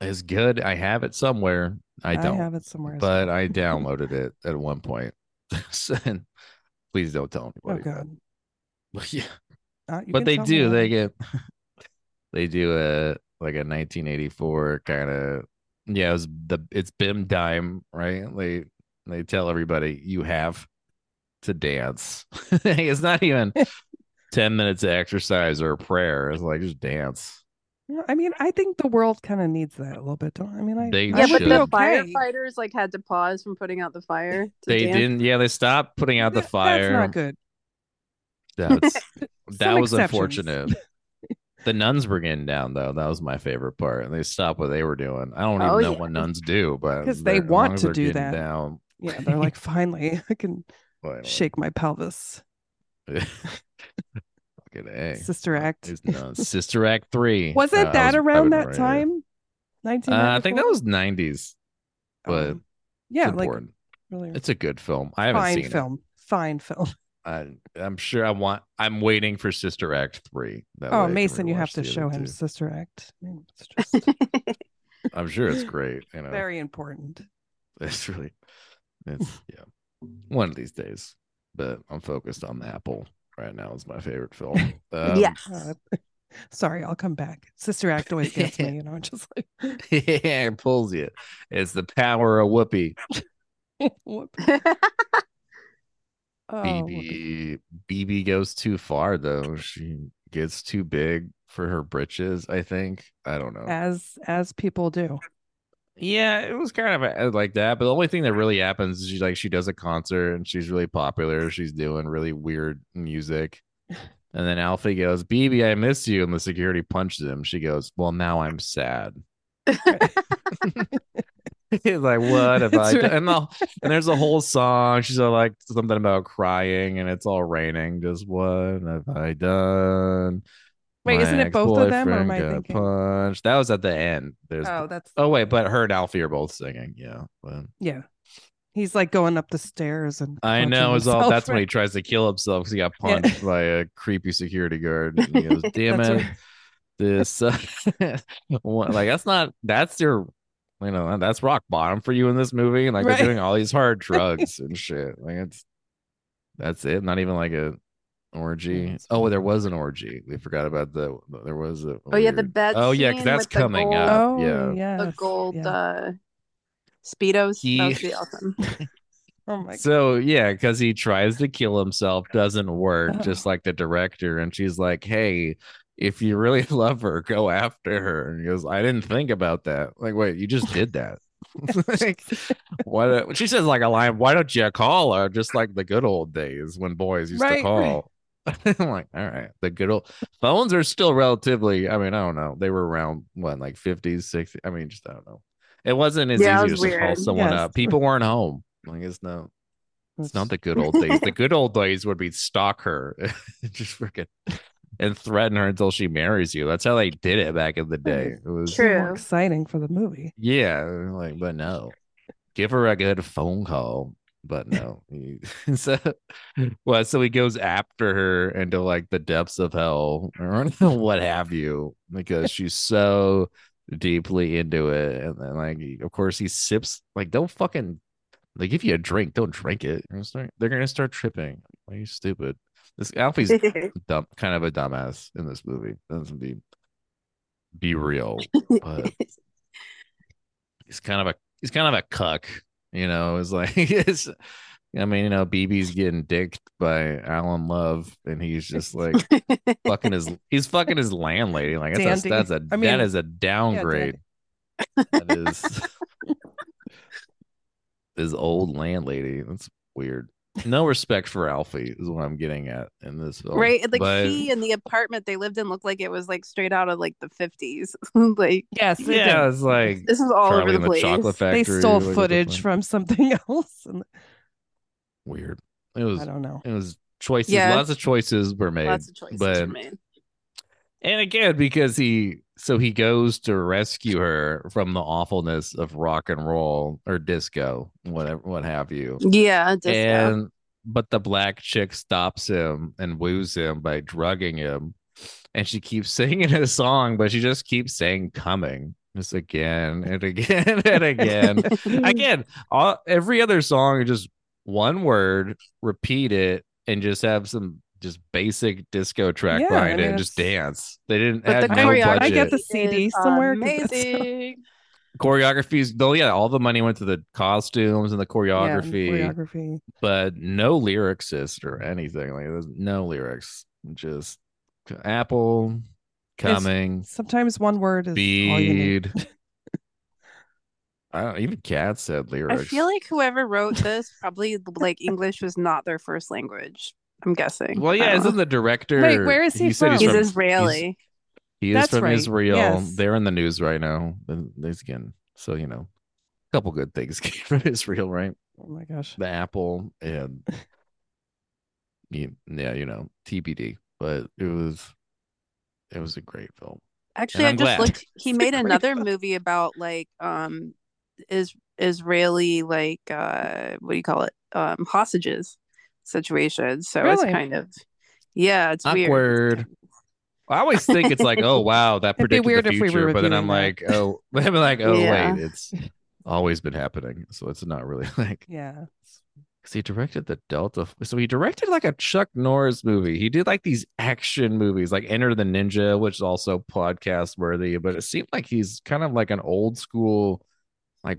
A: it's good. I have it somewhere. I don't,
B: have it somewhere. as
A: but I downloaded it at one point. and please don't tell
B: well. oh
A: anybody.
B: god,
A: But yeah,
B: Uh, you
A: but
B: can
A: they
B: tell me
A: do.
B: later.
A: They get they do a like a 1984 kind of yeah. It was the it's Bim Dime right. They they tell everybody you have to dance. it's not even ten minutes of exercise or a prayer. It's like just dance.
B: Yeah, I mean, I think the world kind of needs that a little bit. Don't I mean? I
A: They
B: I
C: yeah,
B: would
C: but
B: be
A: should.
C: the
B: okay.
C: firefighters like had to pause from putting out the fire. To
A: They
C: dance.
A: didn't. Yeah, they stopped putting out the
B: Th- That's
A: fire.
B: not good.
A: That's that
B: Some
A: was
B: exceptions.
A: unfortunate. The nuns were getting down though. That was my favorite part, and they stopped what they were doing. I don't
C: Oh,
A: even know
C: yeah.
A: what nuns do, but
B: 'Cause they
A: they're- as
B: want
A: long as
B: to
A: they're
B: do
A: getting
B: that.
A: Down,
B: Yeah, they're like, finally, I can
A: Whatever.
B: shake my pelvis.
A: Fucking a.
B: Sister Act.
A: It's nuns. Sister Act three.
B: Wasn't
A: Uh, I
B: that
A: was- I
B: around
A: wouldn't
B: that
A: write it.
B: time? Nineteen. Um,
A: Uh, I think that was nineties. but
B: yeah,
A: it's
B: like
A: important.
B: really
A: it's a good film. I haven't
B: fine
A: seen it.
B: film. Fine film.
A: I, I'm sure I want. I'm waiting for Sister Act three. That way I
B: Oh,
A: can
B: Mason, you have
A: rewatch the
B: to
A: other
B: show him
A: two.
B: Sister Act. I mean, it's just
A: I'm sure it's great. You know,
B: very important.
A: It's really, it's yeah, one of these days. But I'm focused on the Apple right now. Is my favorite film. Um,
C: yes.
B: Uh, sorry, I'll come back. Sister Act always gets me. You know, just like
A: yeah, it pulls you. It's the power of Whoopi.
B: whoop. Oh, whoopee.
A: BB BB goes too far though. She gets too big for her britches. I think. I don't know.
B: as as people do.
A: Yeah, it was kind of uh, like that. But the only thing that really happens is she like she does a concert and she's really popular. She's doing really weird music. And then Alfie goes, BB, I miss you. And the security punches him. She goes, Well, now I'm sad. He's like, What have
B: That's
A: I done?
B: right.
A: And, the, and there's a whole song. She's all like, Something about crying and it's all raining. Just what have I done?
B: Wait,
A: My
B: isn't it both of them, or am
A: ex-boyfriend
B: I
A: got
B: thinking?
A: punched. That was at the end. There's
B: Oh, that's
A: Oh wait, but her and Alfie are both singing. Yeah, but
B: yeah. He's like going up the stairs and
A: I
B: punching
A: know is all.
B: himself.
A: That's when he tries to kill himself because he got
B: Yeah.
A: punched by a creepy security guard. And he goes, "Damn
B: That's
A: it,
B: right.
A: this uh, one- like that's not that's your." You know that's rock bottom for you in this movie, and like
B: Right.
A: they're doing all these hard drugs and shit. Like it's that's it. Not even like a orgy.
B: that's
A: Oh, there was an orgy. We forgot about the. There was a.
C: Oh yeah, the
A: weird-
C: bed.
A: Oh yeah, 'cause
C: scene
A: that's
C: with the
A: coming
C: gold,
A: up.
B: Oh
A: yeah.
B: yeah, yes.
C: The gold
B: yeah.
C: uh, speedos.
A: He-
C: That would be awesome.
B: oh my god.
A: So yeah, because he tries to kill himself, doesn't work,
C: Uh-huh.
B: Oh.
A: just like the director. And she's like, "Hey, if you really love her, go after her. And he goes, I didn't think about that. Like, wait, you just did that. like, why don't- she says like a line, why don't you call her? Just like the good old days when boys used to
B: Right, right.
A: call. I'm like, all right, the good old phones are still relatively, I mean, I don't know. They were around what, like 50s, 60s. I mean, just I don't know. It wasn't as
C: Yeah, it
A: easy
C: was
A: to just call
C: weird.
A: someone
B: Yes.
A: up. People weren't home. Like it's no, it's not the
B: That's-
A: good old days. The good old days would be stalk her, just freaking and threaten her until she marries you. That's how they did it back in the day. It was
C: True.
B: more exciting for the movie.
A: yeah, like, but no, give her a good phone call. But no, he- so well, so he goes after her into like the depths of hell or what have you, because she's so deeply into it, and then like, he- of course, he sips like, don't fucking they give you a drink, don't drink it. They're gonna start, they're gonna start tripping. Are you stupid? This Alfie's dumb, kind of a dumbass in this movie. Let's be be real, but he's kind of a he's kind of a cuck, you know. It's like it's, I mean, you know, BB's getting dicked by Alan Love, and he's just like fucking his he's fucking his landlady. Like that's a,
B: Dandy.
A: that's a
B: I mean,
A: that is a downgrade. that is his old landlady. That's weird. No respect for Alfie is what I'm getting at in this film.
C: right? Like
A: But-
C: she and the apartment they lived in looked like it was like straight out of like the fifties. like
B: Yes, they did.
A: yeah, it's like
C: this is all
A: Charlie
C: over
A: and
C: the place.
A: Chocolate
B: They
A: Factory.
B: stole
A: like, it's
B: footage
A: like-
B: from something else. And
A: weird. It was
B: I don't know.
A: it was choices.
C: Yeah.
A: Lots of choices were made.
C: Lots of choices
A: but-
C: were made.
A: And again, because he so he goes to rescue her from the awfulness of rock and roll or disco, whatever, what have you.
C: Yeah, disco.
A: And but the black chick stops him and woos him by drugging him, and she keeps singing a song, but she just keeps saying "coming" just again and again and again again all, every other song is just one word repeat it and just have some just basic disco track
B: Yeah, I
A: behind it
B: mean,
A: and just
B: it's-
A: dance they didn't
C: But
A: have
C: the
A: no
C: choreo-
A: budget
B: I get the
C: It
B: CD
C: is
B: somewhere. 'cause that's-
C: Amazing.
A: choreographies though yeah all the money went to the costumes and the
B: yeah, and
A: choreography
B: choreography.
A: but no lyricist or anything like there's no lyrics just apple
B: It's-
A: coming
B: Sometimes one word is all you need.
A: bead I don't even cat said lyrics
C: I feel like whoever wrote this probably like English was not their first language. I'm guessing.
A: well
C: I
A: yeah
C: don't
A: isn't
C: know.
A: the director
B: Wait, where is he
A: said
C: he's
B: from?
C: Israeli.
A: He is
B: That's
A: from
B: right.
A: Israel.
B: Yes.
A: They're in the news right now. And There's again, so you know, a couple good things came from Israel, right?
B: Oh my gosh.
A: The apple and you- yeah, you know, TBD. But it was, it was a great film.
C: Actually,
A: And
C: I
A: I'm
C: just
A: glad.
C: looked. He
B: It's a
C: made
B: great
C: another
B: book.
C: movie about like um is Israeli like uh what do you call it? Um hostages situation. So it's
B: Really?
C: kind of yeah, it's weird.
A: Awkward. I always think it's like, oh wow, that
B: It'd be
A: predicted
B: weird
A: the
B: if we were
A: future, but then I'm like,
B: reviewing
A: oh, I'm like, oh
C: Yeah.
A: wait, it's always been happening, so it's not really like
B: Yeah.
A: Because he directed the Delta. So he directed like a Chuck Norris movie. He did like these action movies, like Enter the Ninja, which is also podcast worthy. But it seemed like he's kind of like an old school, like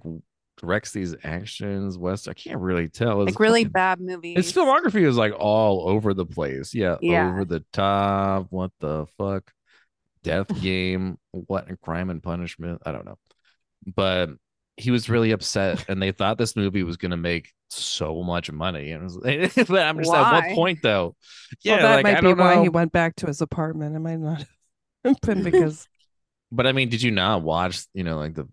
A: directs these actions. West, I can't really tell. His
C: Like really
A: fucking-
C: bad movie.
A: His filmography is like all over the place. Yeah,
C: Yeah.
A: over the top. What the fuck? Death Game. What Crime and Punishment? I don't know. But he was really upset, and they thought this movie was going to make so much money. And it was, but I'm just at
C: Why?
A: what point though? Yeah,
B: well, that
A: like,
B: might
A: I
B: be
A: don't
B: why
A: know.
B: he went back to his apartment. It might not have been because
A: But I mean, did you not watch? You know, like the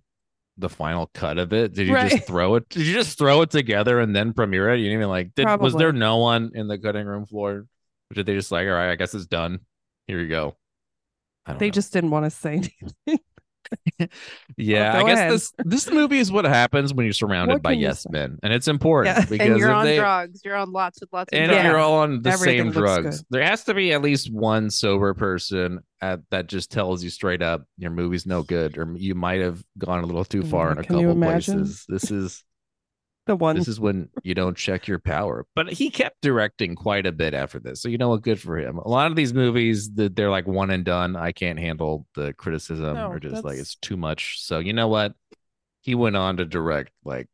A: the final cut of it did you
B: Right.
A: just throw it did you just throw it together and then premiere it you didn't even like did, was there
B: Probably.
A: no one in the cutting room floor Or did they just like all right i guess it's done here you go I don't
B: they
A: know.
B: just didn't want to say anything.
A: yeah
B: go
A: i guess
B: ahead.
A: this this movie is what happens when you're surrounded
B: What
A: by
B: can you
A: yes
B: say?
A: men and it's important
B: Yeah. And
A: because
C: and you're
A: if
C: on
A: they
C: drugs. You're on lots and lots of
A: and
C: drugs.
A: you're all on the
B: Everything
A: same
B: looks
A: drugs
B: good.
A: there has to be at least one sober person at, that just tells you straight up your movie's no good or you might have gone a little too
B: Oh
A: far
B: my-
A: in a
B: can you
A: couple
B: imagine?
A: places this is
B: The one
A: This is when you don't check your power. But he kept directing quite a bit after this. So you know what? Good for him. A lot of these movies that they're like one and done. I can't handle the criticism
B: No,
A: or just like
B: that's-
A: it's too much. So you know what? He went on to direct like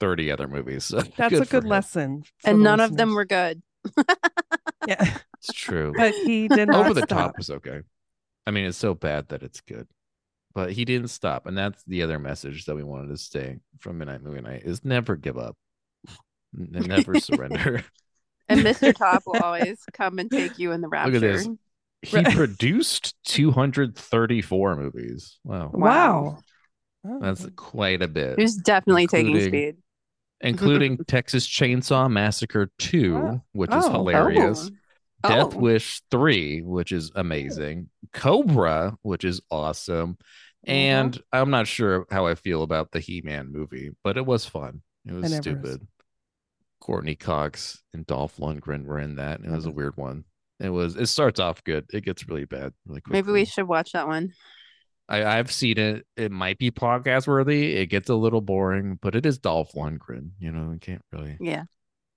A: 30 other movies. So
B: that's a
A: for
B: good
A: him.
B: lesson. for
C: and
B: the
C: none of them were
B: listeners.
C: good.
B: Yeah,
A: It's true.
B: but he did not
A: Over the
B: stop.
A: top was okay. I mean, it's so bad that it's good. But he didn't stop. And that's the other message that we wanted to stay from Midnight Movie Night is never give up. N- never surrender.
C: And Mr. Top will always come and take you in the rapture.
A: at this. He
B: Right.
A: produced 234 movies. Wow.
B: Wow.
C: Wow.
B: Oh,
A: That's quite a bit.
C: He's definitely taking
A: Including-
C: speed.
A: including Texas Chainsaw Massacre 2,
B: Wow.
A: which
B: Oh,
A: is
B: oh.
A: hilarious.
C: Oh.
A: Death Wish 3, which is amazing. Cobra, which is awesome.
B: Mhm.
A: And I'm not sure how I feel about the He Man movie, but it was fun. It was
B: never
A: stupid.
B: was.
A: Courtney Cox and Dolph Lundgren were in that. And it
B: I
A: was a
C: Mm-hmm.
B: was-
A: weird one. It was it starts off good. It gets really bad really quickly.
C: Maybe we should watch that one.
A: I, I've seen it. It might be podcast worthy. It gets a little boring, but it is Dolph Lundgren. You know, you can't really
C: Yeah.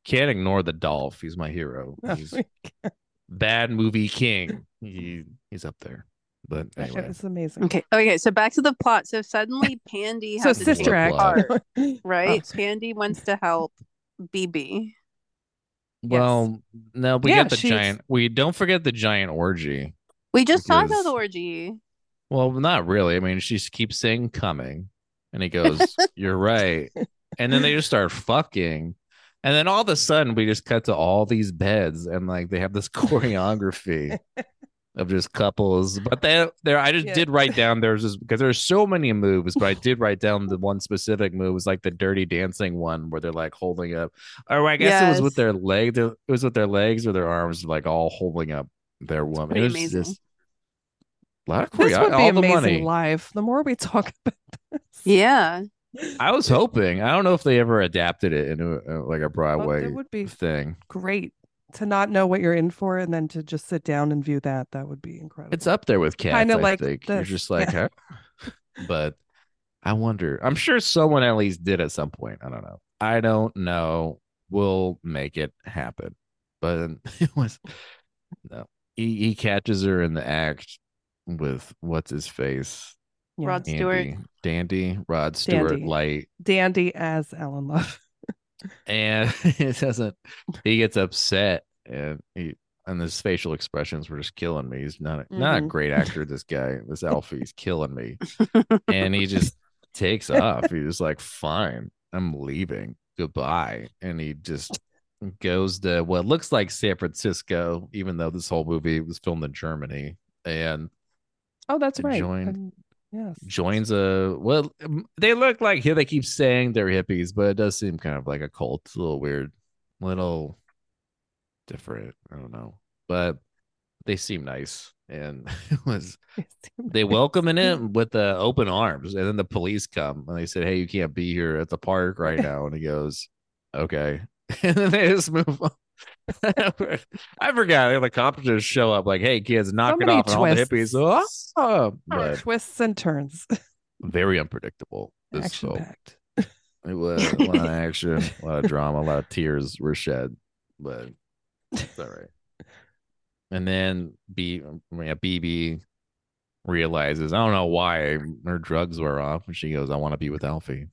A: can't ignore the Dolph. He's my hero.
B: Oh,
A: He's
B: my God.
A: bad movie king. He he's up there. But
B: That shit
A: anyway,
B: was amazing.
C: Okay. Okay. So back to the plot. So suddenly Pandy
B: So
C: has a
B: sister
C: change
B: act. Oh.
C: of
A: Blood.
C: heart, right?
B: sorry.
C: Pandy wants to help BB.
A: well, no, we
B: Yeah,
A: get the
B: she's-
A: giant. We don't forget the giant orgy.
C: We just saw
A: Because-
C: the orgy.
A: Well, not really. I mean, she just keeps saying coming, and he goes, "You're right." And then they just start fucking, and then all of a sudden, we just cut to all these beds, and like they have this choreography of just couples. But there, there, I just
B: Yeah.
A: did write down there's just because there's so many moves, but I did write down the one specific move was like the dirty dancing one where they're like holding up, or I guess it was with
C: Yes.
A: their leg. It was with their legs or their arms, like all holding up their woman.
C: pretty
A: It was
C: amazing.
A: just. A lot of
B: This
A: choreo-
B: would be
A: all the
B: amazing
A: money.
B: live. The more we talk about this,
C: Yeah.
A: I was hoping. I don't know if they ever adapted it into uh, like a
B: oh,
A: Broadway
B: it would be
A: thing.
B: great to not know what you're in for and then to just sit down and view that. That would be incredible.
A: It's up there with cats.
B: Kinda
A: I
B: like
A: think you're
B: this,
A: just like, huh? but I wonder. I'm sure someone at least did at some point. I don't know. I don't know. We'll make it happen. But it was no. He, he catches her in the act with what's his face,
B: Yeah.
C: Rod Stewart.
A: Andy, Dandy, Rod Stewart,
B: Dandy.
A: Light,
B: Dandy as Alan Love.
A: and it doesn't he gets upset and he and his facial expressions were just killing me he's not not a
B: Mhm.
A: great actor this guy this alfie's killing me and he just takes off he's just like fine i'm leaving goodbye and he just goes to what looks like san francisco even though this whole movie was filmed in germany and
B: Oh, that's
A: It
B: right.
A: joined-
B: And- yes.
A: joins a well um, they look like here they keep saying they're hippies but it does seem kind of like a cult it's a little weird little different i don't know but they seem nice and it was they welcoming him with the open arms and then the police come and they said hey you can't be here at the park right now and he goes okay and then they just move on I forgot the cops just show up like, "Hey kids, knock it off!" And all the hippies, oh, but
B: twists and turns.
A: very unpredictable. This
B: Action
A: film.
B: packed.
A: It was a lot of action, a lot of drama, a lot of tears were shed, but it's all right. And then B, um, yeah, BB realizes I don't know why her drugs were off, and she goes, "I want to be with Alfie.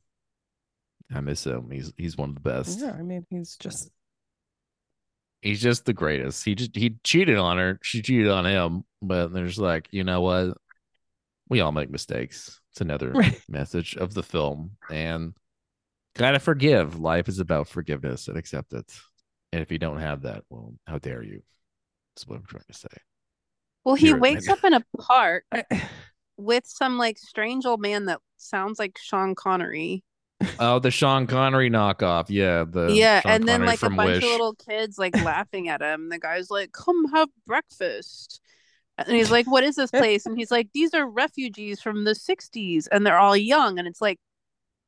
A: I miss him. He's he's one of the best.
B: Yeah, I mean, he's just
A: He's just the greatest. He just he cheated on her. She cheated on him, but there's like, you know what? We all make mistakes. It's another
B: right.
A: message of the film and gotta forgive life is about forgiveness and acceptance and if you don't have that well how dare you that's what i'm trying to say
C: well, he
A: You're-
C: wakes up in a park
B: I-
C: with some like strange old man that sounds like Sean Connery.
A: oh the sean connery knockoff yeah the
C: yeah.
A: Sean
C: and then
A: Connery
C: like a
A: from
C: bunch
A: Wish.
C: of little kids like laughing at him. The guy's like, come have breakfast. And he's like, what is this place? And he's like, these are refugees from the 60s and they're all young. And it's like,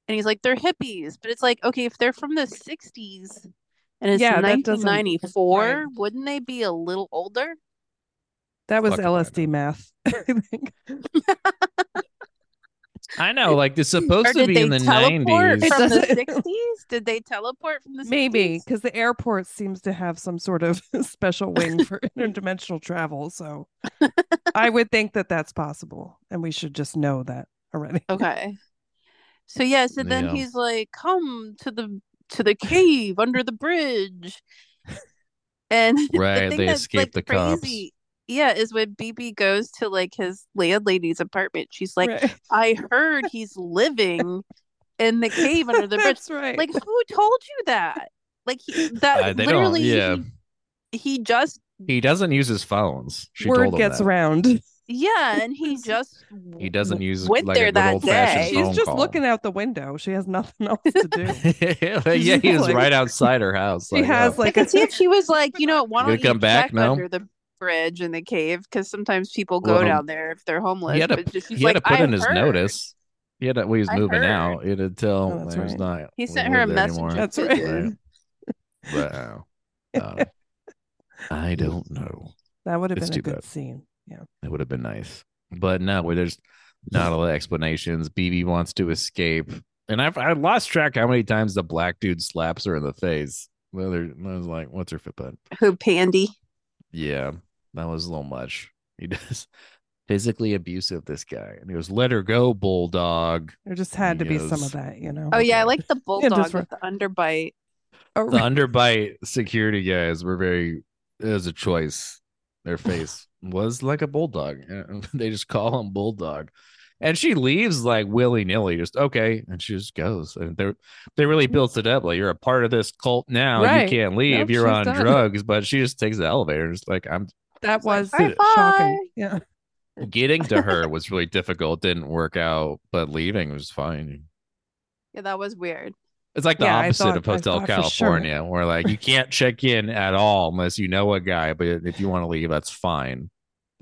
C: and he's like, they're hippies. But it's like, okay, if they're from the 60s and it's
B: Yeah, that doesn't-
C: 1994,
B: right.
C: wouldn't they be a little older?
B: that was
A: Fuck if I
B: LSD math. I think.
A: i know like it's supposed
C: Or
A: to
C: did
A: be in the
C: they teleport
A: 90s
C: from the
B: Doesn't-
C: 60s? Did they teleport from the 60s?
B: Maybe because the airport seems to have some sort of special wing for interdimensional travel. So I would think that that's possible, and we should just know that already.
C: Okay. So yeah, so then
A: Yeah.
C: he's like, "Come to the to the cave under the bridge," and the
A: Right,
C: thing
A: they
C: that's,
A: escape
C: like,
A: the cops.
C: crazy yeah, is when BB goes to like his landlady's apartment. She's like,
B: Right.
C: I heard he's living in the cave under the bridge.
B: That's right.
C: Like, who told you that? Like, he, that
A: Uh, they don't-
C: literally,
A: yeah.
C: he, he just,
A: He doesn't use his phones. She
B: word
A: told him
B: gets
A: that.
B: around.
C: yeah, and he just
A: He doesn't use
C: went
A: like a
C: there
A: good
C: that
A: old fashioned
C: day.
A: phone
B: She's just
A: call.
B: looking out the window. She has nothing else to do.
A: yeah, he was
B: Like-
A: right outside her house.
B: She
A: like, uh,
B: has
A: yeah.
B: like
C: I
B: a
C: could see if she was like, you know, why
A: You
C: don't
A: gonna
C: you
A: come back
C: check
A: now?
C: under the bridge in the cave? Because sometimes people go
A: Well,
C: down there if they're homeless.
A: he had to-
C: but just- she's
A: he had
C: like,
A: to put
C: "I
A: in his
C: heard."
A: notice. He had to, well, he was
C: I
A: moving
C: heard.
A: out. He had to tell
B: Oh, that's
A: there's
B: right.
A: not.
C: He
A: we
C: sent
A: live
C: her a
A: there
C: message.
A: anymore.
B: That's
C: and
B: right.
C: figured.
A: But, I don't- I don't- Um, I don't know.
B: that would have
A: It's
B: been a
A: too
B: good
A: bad.
B: scene. Yeah.
A: It would have been nice. But no, where there's not a lot of explanations. BB wants to escape. And I've I lost track how many times the black dude slaps her in the face. The other I was like, what's her foot bud?
C: Who Pandy?
A: Yeah, that was a little much. He does physically abusive this guy. And he goes, let her go, bulldog.
B: There just had to be some
A: Yes.
B: of that, you know.
C: Oh yeah, I
A: Okay.
C: like the bulldog
B: just
C: with the underbite.
B: Oh,
A: The underbite security guys were very it was a choice. Their face was like a bulldog. they just call him bulldog. And she leaves like willy nilly, just okay, and she just goes. And they they really built it up. Like you're a part of this cult now.
B: Mm-hmm. Right.
A: You can't leave.
B: Nope,
A: you're
B: she's
A: on
B: done.
A: drugs. But she just takes the elevator. And just like I'm
B: that was
C: It's like, "Bye, bye."
B: shocking. Yeah.
A: getting to her was really difficult. Didn't work out, but leaving was fine.
C: Yeah, that was weird.
A: It's like the
B: Yeah, I
A: opposite
B: thought-
A: of
B: I
A: Hotel
B: thought for sure.
A: California, where like you can't check in at all unless you know a guy. But if you want to leave, that's fine.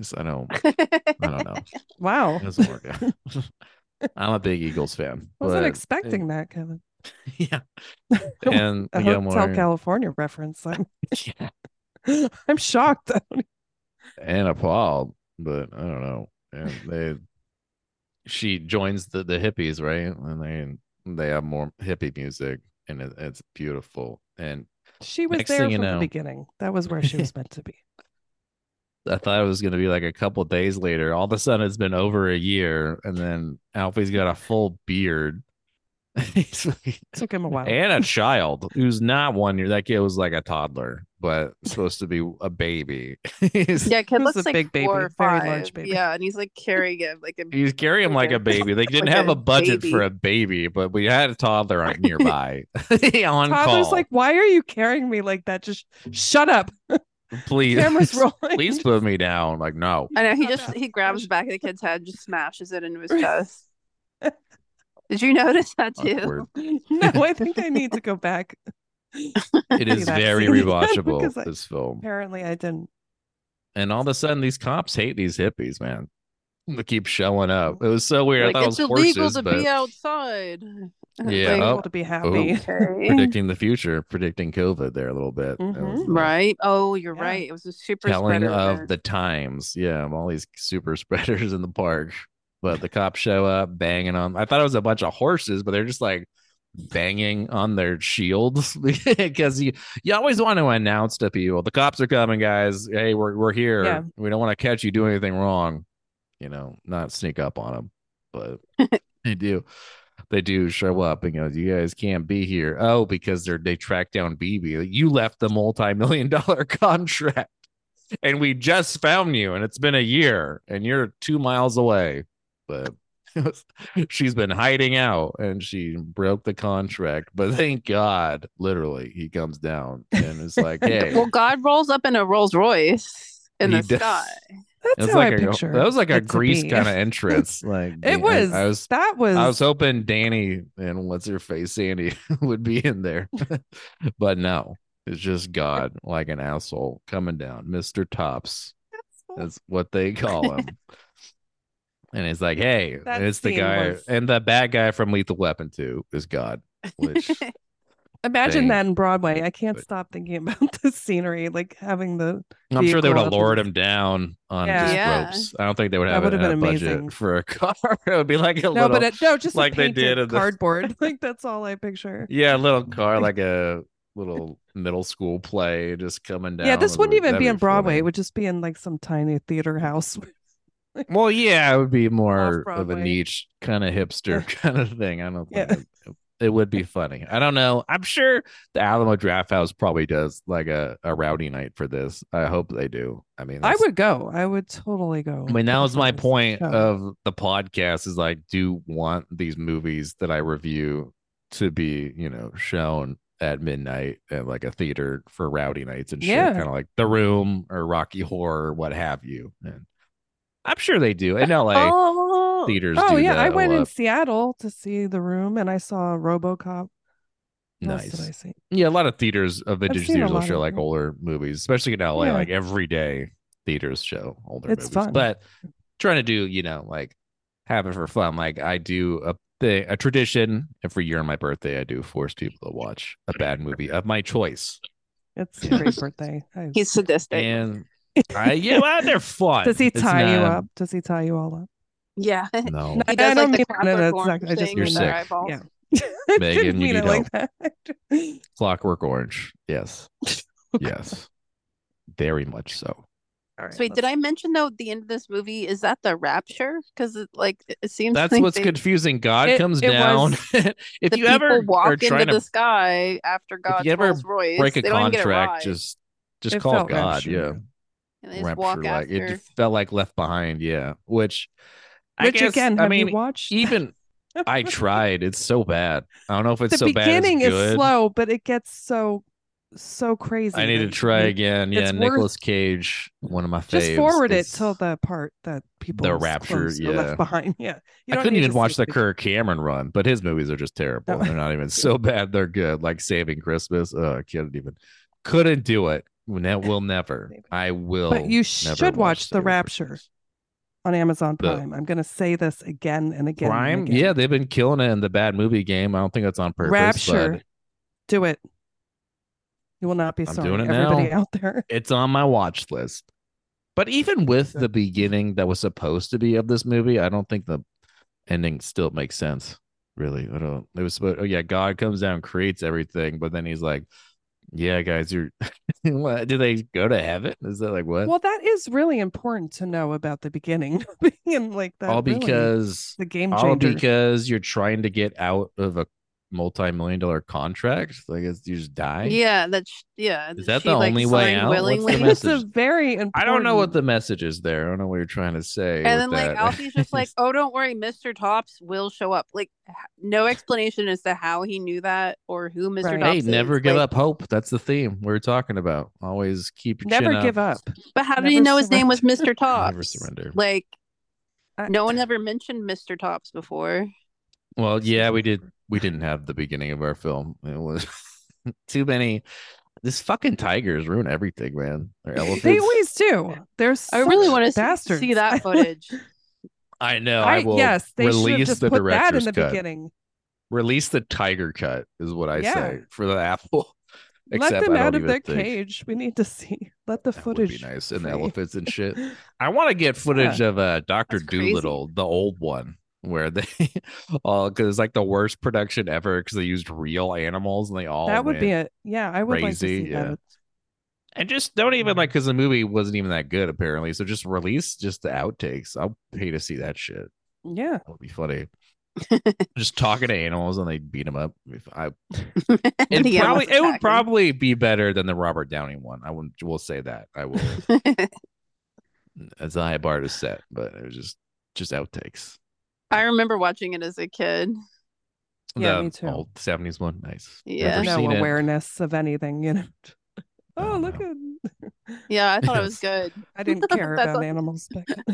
A: Just, I don't, I don't know.
B: Wow.
A: It doesn't work out. I'm a big Eagles fan.
B: Wasn't
A: but-
B: expecting that, Kevin.
A: Yeah, and
B: A
A: Gilmore,
B: Hotel California reference. I'm,
A: yeah,
B: I'm shocked. I don't-
A: and appalled, but I don't know. And they, she joins the the hippies, right? And they they have more hippie music, and it, it's beautiful. And
B: She was
A: Next
B: there
A: thing
B: from
A: you know.
B: the beginning. That was where she was meant to be.
A: I thought it was going to be like a couple days later. All of a sudden, it's been over a year, and then Alfie's got a full beard He's like-
B: Took him a while.
A: and a child who's not one year. That kid was like a toddler, but supposed to be a baby. he's,
C: Yeah, kid
B: It was
C: looks
B: a
C: like
B: big baby,
C: four or
B: very
C: five.
B: large baby.
C: Yeah, and he's like carrying him like a
A: he's carrying like a baby. They didn't
C: Like
A: have
C: a
A: a budget for
C: baby.
A: a baby, but we had a toddler on nearby on
B: Toddler's
A: call.
B: like, why are you carrying me like that? Just shut up.
A: please,
B: Camera's rolling.
A: please put me down. Like no,
C: I know he
B: Not
C: just
B: bad.
C: he grabs the back of the kid's head, just smashes it into his
B: Right.
C: chest. Did you notice that too?
A: Awkward.
B: no, I think I need to go back.
A: it is
B: See that
A: very
B: scene.
A: rewatchable.
B: Because I-
A: this film.
B: Apparently, I didn't.
A: And all of a sudden, these cops hate these hippies, man. They keep showing up. It was so weird.
C: Like
A: I thought
C: it's
A: it was
C: illegal
A: horses,
C: to
A: but
C: be outside.
A: Yeah,
C: Like,
A: oh,
B: able to be happy.
C: okay.
A: predicting the future, predicting COVID there a little bit. That
C: Mm-hmm.
A: was,
B: Mhm.
A: uh,
C: Right. Oh, you're
B: Yeah.
C: right. It was a super
A: Telling
C: spreader
A: of
C: event.
A: the times. Yeah, all these super spreaders in the park. But the cops show up banging on. I thought it was a bunch of horses, but they're just like banging on their shields because you, you always want to announce to people the cops are coming, guys. Hey, we're, we're here.
B: Yeah.
A: We don't want to catch you doing anything wrong. You know, not sneak up on them, but they do. They do show up and goes, You guys can't be here. Oh, because they're they track down BB. Like, You left the multi-million dollar contract and we just found you, and it's been a year, and you're two miles away. But she's been hiding out and she broke the contract. But thank God, literally, he comes down and is like, Hey,
C: Well, God rolls up in a Rolls Royce in
A: He
C: the
A: does.
C: sky.
A: It
B: That's
A: was
B: how
A: like
B: I
A: a-
B: picture.
A: that was like a
B: it to
A: grease
B: be.
A: kind of entrance. Like I-
B: It was.
A: I was
B: that was.
A: I was hoping Danny and what's her face Sandy would be in there, but no, it's just God, like an asshole coming down, Mister Tops. That's what they call him. and it's like, hey,
B: That
A: it's the
B: scene
A: guy
B: was-
A: and the bad guy from Lethal Weapon Two is God. Which
B: Imagine
A: thing.
B: that in Broadway. I can't
A: But-
B: stop thinking about the scenery, like having the.
A: I'm sure they would have
B: Vehicle
A: lowered
B: up
A: him down on
B: Yeah.
A: just
C: Yeah.
A: ropes. I don't think they would
B: That
A: have
B: would
A: a,
B: have been
A: a
B: amazing.
A: budget for a car. it would be like a
B: No,
A: little
B: but it, no, just
A: like
B: like
A: they
B: painted
A: did in the-
B: cardboard. like that's all I picture.
A: Yeah, a little car, like a little middle school play just coming down.
B: Yeah, this
A: It
B: wouldn't
A: would-
B: even
A: that'd
B: be on Broadway.
A: funny.
B: It would just be in like some tiny theater house.
A: Well, yeah, it would be more of a
B: Off-Broadway.
A: niche kind of hipster kind of thing. I don't think
B: Yeah.
A: it- It would be funny. I don't know. I'm sure the Alamo Draft House probably does like a, a rowdy night for this. I hope they do. I mean,
B: I
A: that's-
B: would go. I would totally go.
A: I mean, that was my
B: Because-
A: point
B: Yeah.
A: of the podcast is like, do you want these movies that I review to be, you know, shown at midnight at like a theater for rowdy nights and shit,
B: Yeah.
A: kind of like The Room or Rocky Horror, what have you. And I'm sure they do
B: Uh,
A: in LA
C: oh,
A: theaters.
B: Oh
A: do
B: yeah,
A: that
B: I
A: a
B: went in
A: lot.
B: Seattle to see The Room, and I saw RoboCop. What else did I
A: nice.
B: see?
A: Yeah, a lot of theaters, of vintage
B: seen a
A: theaters will
B: lot
A: show
B: of
A: like
B: them.
A: older movies, especially in LA.
B: Yeah.
A: Like every day, theaters show older
B: It's
A: movies.
B: fun.
A: But trying to do, you know, like have it for fun. Like I do a thing, a tradition every year on my birthday. I do force people to watch a bad movie of my choice,
B: It's
A: Yeah.
B: a great birthday. I-
C: he's sadistic.
A: and I yeah, well, they're fun.
B: Does he
A: It's
B: tie you
A: not-
B: up? Does he tie you all up?
C: yeah.
A: No,
C: He
B: I
C: does
B: don't
C: like the
B: mean one of
C: Capricorn
B: that, I just
C: thing
A: You're
C: with
A: sick.
C: their eyeballs.
B: Yeah. I
A: Megan,
B: didn't
A: you need
B: mean it like that.
A: Clockwork Orange. Yes, yes, very much so.
B: All right,
C: So wait, did I
B: let's-
C: mention though at the end of this movie is that the rapture? Because it like it it seems
A: That's
C: like
A: what's
C: they-
A: confusing. God
B: It-
A: comes
B: it
A: down.
B: was-
A: if
C: The
A: you
C: people
A: ever
C: walk
A: are
C: into
A: trying
C: the
A: to
C: sky after God's
A: you ever
C: Rolls Royce.
A: break a
C: they don't even get
A: contract,
C: ride,
A: just just
B: It
A: call
B: felt
A: God.
B: rapture,
A: Yeah,
C: and they just walk
A: like
C: after.
A: it felt like Left Behind. Yeah, which I
B: Which
A: guess
B: again,
A: I
B: have
A: mean
B: you watched?
A: even I tried. It's so bad. I don't know if it's
B: the
A: so bad. it's
B: beginning is
A: good.
B: slow, but it gets so so crazy.
A: I need to
B: that
A: try
B: you-
A: again. Yeah,
B: it's worth-
A: Nicholas Cage, one of my faves.
B: Just forward it
A: is-
B: till the part that people
A: rapture, yeah.
B: left behind. Yeah, You
A: I
B: don't
A: couldn't
B: need
A: even
B: to see
A: watch the
B: beginning.
A: Kirk Cameron run, but his movies are just terrible.
B: That-
A: They're not even so bad. They're good, like Saving Christmas. Oh, I couldn't even, couldn't do it. That will never.
B: Saving-
A: I will.
B: But you should watch,
A: never
B: The
A: Saving
B: Rapture
A: Christmas.
B: on Amazon
A: The-
B: Prime. I'm going to say this again and again. and
A: Prime?
B: again.
A: Yeah, they've been killing it in the bad movie game. I don't think that's on purpose.
B: Rapture.
A: but
B: Do it. You will not be
A: I'm
B: sorry.
A: doing it
B: Everybody
A: now.
B: out there.
A: it's on my watch list. But even with the beginning that was supposed to be of this movie, I don't think the ending still makes sense. Really, I don't. It was supposed. Oh yeah, God comes down, creates everything, but then he's like, "Yeah, guys, you're. what? Do they go to heaven? Is that like what?
B: Well, that is really important to know about the beginning and like that.
A: all
B: really
A: because
B: the game
A: all
B: changer.
A: because you're trying to get out of a multi-million dollar contract. Like it's, you just die.
C: yeah, that's yeah.
A: Is that
C: she,
A: the
C: like,
A: only way
C: signed
A: out? What's the
C: Willingly.
A: message?
B: it's a very important.
A: I don't know what the message is there. I don't know what you're trying to
C: and
A: say. with
C: then like
A: that.
C: Alfie's just like, "Oh, don't worry, Mr. Tops will show up." Like h- no explanation as to how he knew that or who Mr.
B: Right.
C: Tops
A: Hey,
C: is.
A: never give
C: Like,
A: up hope. That's the theme we are talking about. Always keep your
B: Never
A: chin
B: give up.
C: But how did he
B: Never
C: know his name was
B: surrender.
C: Mr. Tops?
A: Never surrender.
C: Like
B: I-
C: no one ever mentioned Mr. Tops before.
A: Well, yeah, we did. We didn't have the beginning of our film. It was too many. This fucking tigers ruin everything, man. They're elephants.
B: They always do. They're
C: I really want to
B: bastards.
C: see that footage.
A: I know. I,
B: I,
A: will
B: yes, they should have
A: release
B: just
A: the
B: put that
A: director's
B: in the
A: cut.
B: beginning.
A: Release the tiger cut is what I
B: Yeah.
A: say for the apple.
B: Let
A: Except
B: them
A: I don't
B: out of
A: even
B: their
A: think-
B: cage. We need to see. Let the
A: That would
B: footage
A: be nice, and the
B: free.
A: elephants and shit. I want to get footage of uh Doctor
C: That's crazy.
A: Doolittle, the old one, where they all because it's like the worst production ever because they used real animals and they all
B: that would be
A: went
B: it. Yeah, I would
A: crazy,
B: like to see
A: yeah.
B: that.
A: and just don't even like because the movie wasn't even that good apparently. So just release just the outtakes. I'll pay to see that shit.
B: Yeah,
A: That would be funny. just talking to animals and they beat them up. If I it
C: The animals
A: probably it would
C: attack him.
A: probably be better than the Robert Downey one. I will will say that. I will as the high bar to set, but it was just just outtakes.
C: I remember watching it as a kid.
B: Yeah,
A: the
B: me too.
A: Old seventies one, nice.
C: Yeah.
A: Never
B: no
A: seen it.
B: awareness of anything. You know. Oh,
A: don't
B: look at.
C: Yeah, I thought it was good.
B: I didn't care
C: That's
B: about
C: all-
B: animals back then.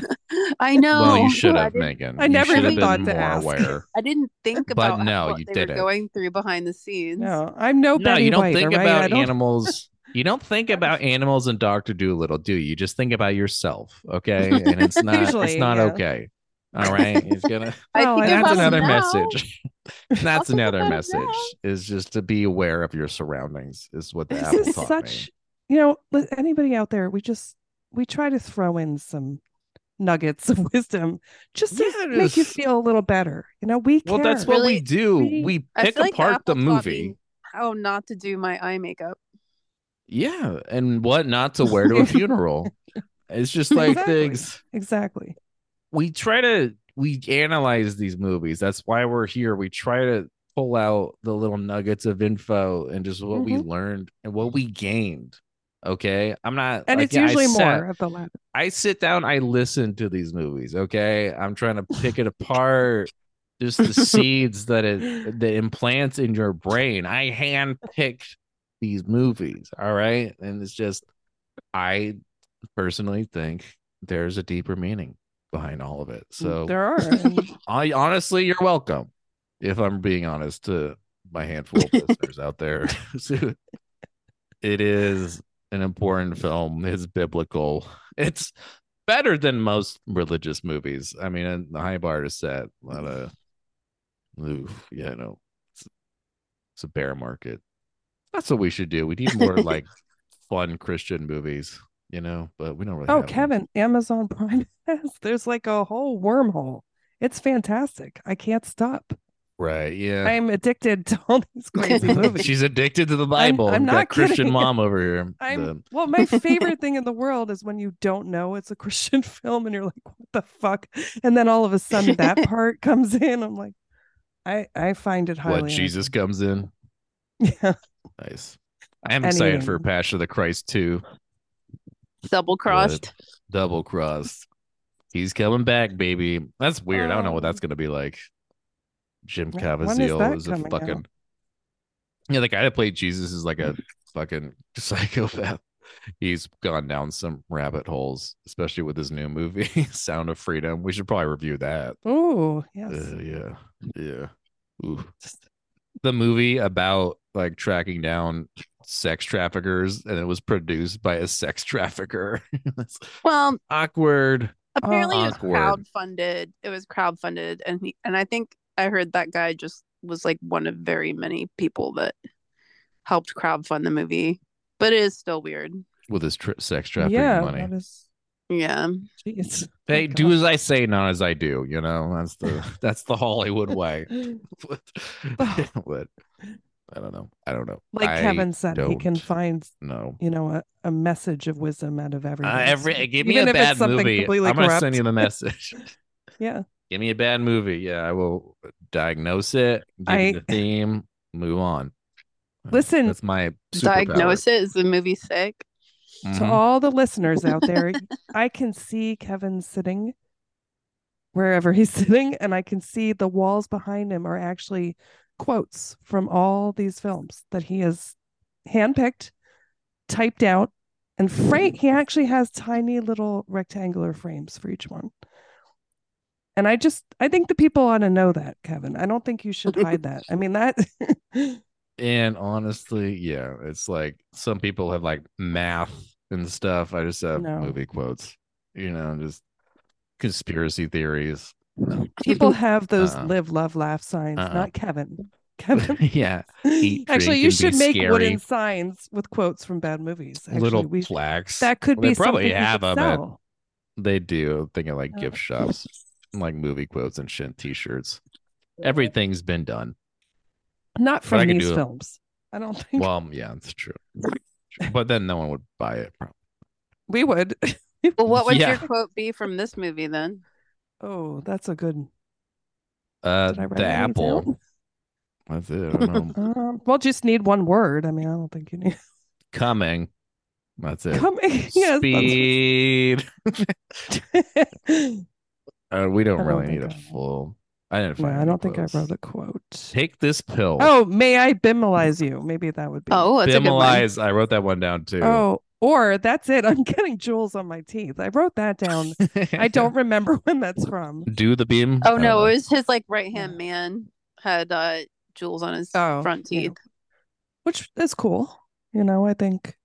C: I know.
A: Well,
C: I
A: you should have,
C: didn't-
A: Megan.
B: I
A: You
B: never
A: should have
C: even
A: been
B: thought
A: more
B: to ask.
A: aware.
C: I didn't think
A: But
C: about
A: no,
C: what
A: you
C: they
A: didn't.
C: were going through behind the scenes.
B: No, I'm no,
A: no,
B: Oh, Betty
A: you don't
B: White,
A: think
B: all right? I
A: about
B: don't-
A: animals. You don't think
B: I
A: about
B: just-
A: animals and Doctor Doolittle, do you? You just think about yourself, okay? And it's not it's
B: Usually,
A: not
B: yeah.
A: okay. All right, he's gonna.
B: Well,
C: I
B: and
C: think
A: That's
C: about it
A: another
C: now.
A: message. That's
C: think
A: another
C: about it
A: message. Is just to be aware of your surroundings. Is what the
B: This
A: apple
B: is
A: taught
B: such.
A: me.
B: You know, li- anybody out there? We just we try to throw in some nuggets of wisdom just to
A: Yeah,
B: make you
A: just-
B: feel a little better. You know, we care.
A: Well, that's what
C: Really,
A: we do.
B: we-
A: We
C: I
A: pick
C: feel like
A: apart the
C: Apple taught
A: movie.
C: me How not to do my eye makeup.
A: Yeah, and what not to wear to a funeral. It's just like
B: Exactly.
A: things
B: exactly.
A: we try to we analyze these movies. That's why we're here. We try to pull out the little nuggets of info and just what
B: Mm-hmm.
A: we learned and what we gained. Okay. I'm not
B: and
A: like,
B: it's
A: yeah, I
B: usually
A: sat-
B: more of the latter.
A: I sit down, I listen to these movies. Okay, I'm trying to pick it apart, just the seeds that it that implants in your brain. I hand picked these movies. All right, and it's just I personally think there's a deeper meaning behind all of it. So
B: there are. and-
A: I honestly, you're welcome. If I'm being honest to my handful of listeners out there, So, it is an important film. It's biblical. It's better than most religious movies. I mean, and the high bar is set. A lot of, oof, yeah, no, it's, it's a bear market. That's what we should do. We need more like fun Christian movies, you know. But we don't really.
B: oh,
A: have them.
B: Kevin, Amazon Prime has. There's like a whole wormhole. It's fantastic. I can't stop.
A: Right? Yeah.
B: I'm addicted to all these crazy movies.
A: She's addicted to the
B: I'm-
A: Bible.
B: I'm
A: that
B: not
A: Christian
B: kidding.
A: mom over here.
B: I'm
A: The-
B: well, my favorite thing in the world is when you don't know it's a Christian film and you're like, what the fuck? And then all of a sudden that part comes in. I'm like, I I find it highly
A: what Jesus comes in.
B: entertaining. Yeah.
A: Nice. I am
B: Any
A: excited for
B: animal.
A: Passion of the Christ 2,
C: Double crossed.
A: Double Cross. He's coming back, baby. That's weird. I don't know what that's going to be like. Jim
B: Yeah, Um, when is
A: Caviezel
B: that
A: is a
B: coming out?
A: fucking. Yeah, the guy that played Jesus is like a fucking psychopath. He's gone down some rabbit holes, especially with his new movie, Sound of Freedom. We should probably review that.
B: Oh, yes.
A: Uh, yeah, yeah. Ooh. The movie about like tracking down sex traffickers, and it was produced by a sex trafficker. That's
C: Well,
A: awkward.
C: apparently it was
A: Awkward.
C: crowdfunded. It was crowdfunded, and he, and I think I heard that guy just was like one of very many people that helped crowdfund the movie. But it is still weird.
A: With his tr sex trafficking
B: yeah,
A: money.
B: that is
C: Yeah.
B: jeez.
A: Hey,
B: my
A: do
B: God.
A: as I say, not as I do. You know, that's the that's the Hollywood way. but, but I don't know. I don't know.
B: Like
A: I
B: Kevin said, he can
A: don't
B: find,
A: know.
B: you know, a, a message of wisdom out of everything.
A: Uh, every
B: So
A: give me
B: even
A: a
B: if it's
A: bad
B: something
A: movie. I'm
B: completely
A: gonna send
B: corrupt,
A: you the message.
B: Yeah.
A: give me a bad movie. Yeah, I will diagnose it, give I...
B: I-
A: the theme, move on. Uh,
B: Listen-
A: that's my superpower.
C: Diagnose it. Is the movie sick?
B: to
A: Mhm.
B: all the listeners out there, I can see Kevin sitting wherever he's sitting, and I can see the walls behind him are actually quotes from all these films that he has handpicked, typed out, and frame. He actually has tiny little rectangular frames for each one. And I just, I think the people ought to know that, Kevin. I don't think you should hide that. I mean, that,
A: And honestly, yeah, it's like some people have like math and stuff. I just have
B: No.
A: movie quotes, you know, just conspiracy theories.
B: people have those
A: Uh-uh.
B: live, love, laugh signs,
A: Uh-uh.
B: not Kevin. Kevin.
A: yeah, Eat, drink,
B: actually, you
A: and be
B: should make
A: scary.
B: wooden signs with quotes from bad movies. Actually,
A: little
B: we,
A: plaques.
B: that could
A: They
B: be
A: probably
B: something we
A: have
B: could
A: them at
B: sell.
A: They do. Think of like
B: Yeah.
A: gift shops, like movie quotes and shit, t-shirts. Everything's been done.
B: Not from
A: I could
B: these
A: do it.
B: films. I don't think
A: Well, yeah, it's true. But then no one would buy it. Probably.
B: we would.
C: Well, what would
A: Yeah.
C: your quote be from this movie then?
B: oh, that's a good.
A: Uh,
B: Did I write
A: the
B: any of these
A: apple. That's it. I don't know.
B: out? Um, well, just need one word. I mean, I don't think you need.
A: Coming. That's it.
B: Come, yes, that's-
A: Speed. Uh, we don't
B: I don't
A: really need
B: think
A: a
B: I have.
A: full. I didn't
B: no,
A: find.
B: I
A: any
B: don't think I
A: quotes.
B: wrote a quote.
A: Take this pill.
B: Oh, may I bimelize you? Maybe that would be.
C: Oh, that's a good one.
A: Bimalize. I wrote that one down too.
B: Oh, or that's it. I'm getting jewels on my teeth. I wrote that down. I don't remember when that's from.
A: do the beam. I
C: Oh
A: don't
C: no,
A: know.
C: it was his like right hand
B: Yeah.
C: man had uh jewels on his
B: Oh,
C: front
B: yeah.
C: teeth.
B: which is cool. You know, I think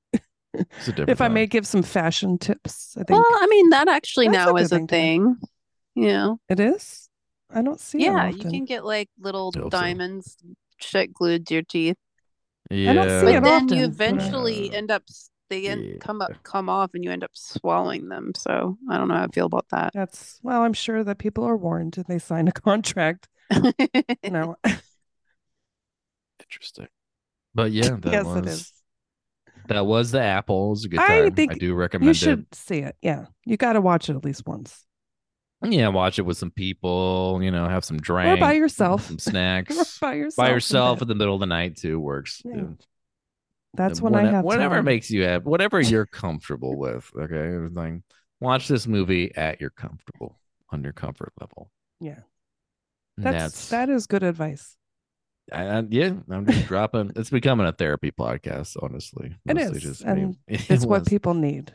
A: It's a different
B: if I
A: time.
B: may give some fashion tips, I think
C: Well, I mean that actually
B: That's a
C: now
B: good
C: is a
B: thing to
C: thing. You know.
B: it is. I don't see.
C: Yeah,
B: it
C: you can get like little
A: Dope, though.
C: diamonds shit glued to your teeth.
A: yeah.
B: I don't see
C: But
B: Yeah.
C: then
B: it
C: you
B: often, but-
C: eventually end up s- they end,
A: Yeah.
C: come up come off and you end up swallowing them. So I don't know how I feel about that.
B: That's well. I'm sure that people are warned and they sign a contract. You know,
A: Interesting. But yeah, that
B: Yes, it
A: was
B: is.
A: that was the apple. It was a good
B: I
A: time. I
B: think
A: do recommend
B: you
A: it.
B: should see it. Yeah, you got to watch it at least once.
A: Yeah, watch it with some people, you know, have some
B: or
A: drink,
B: by yourself.
A: some snacks.
B: by yourself.
A: by
B: in
A: yourself
B: bed.
A: in the middle of the night too works.
B: Yeah.
A: dude.
B: That's
A: And
B: when I
A: whate-
B: have
A: whatever
B: time.
A: makes you happy, whatever you're comfortable with. Okay, everything. Watch this movie at your comfortable, on your comfort level.
B: Yeah.
A: And
B: That's, that is good advice.
A: I, I- yeah, I'm just dropping. It's becoming a therapy podcast, honestly.
B: It
A: Mostly
B: is,
A: just me.
B: and
A: It
B: It's what
A: was.
B: people need.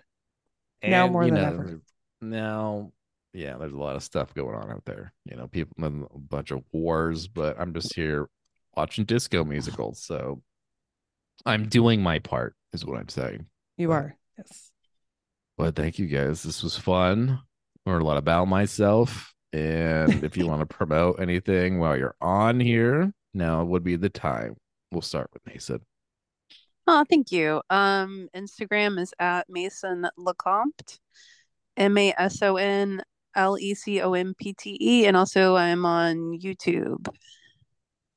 B: now more
A: you
B: than ever.
A: Now, yeah, there's a lot of stuff going on out there. You know, people a bunch of wars, but I'm just here watching disco musicals, so I'm doing my part, is what I'm saying.
B: You
A: Yeah.
B: are. Yes.
A: But thank you guys. This was fun. Learned a lot about myself. And if you want to promote anything while you're on here, now would be the time. We'll start with Mason.
C: Oh, thank you. Um, Instagram is at Mason Lecompte, M A S O N L E C O M P T E, and also I'm on YouTube.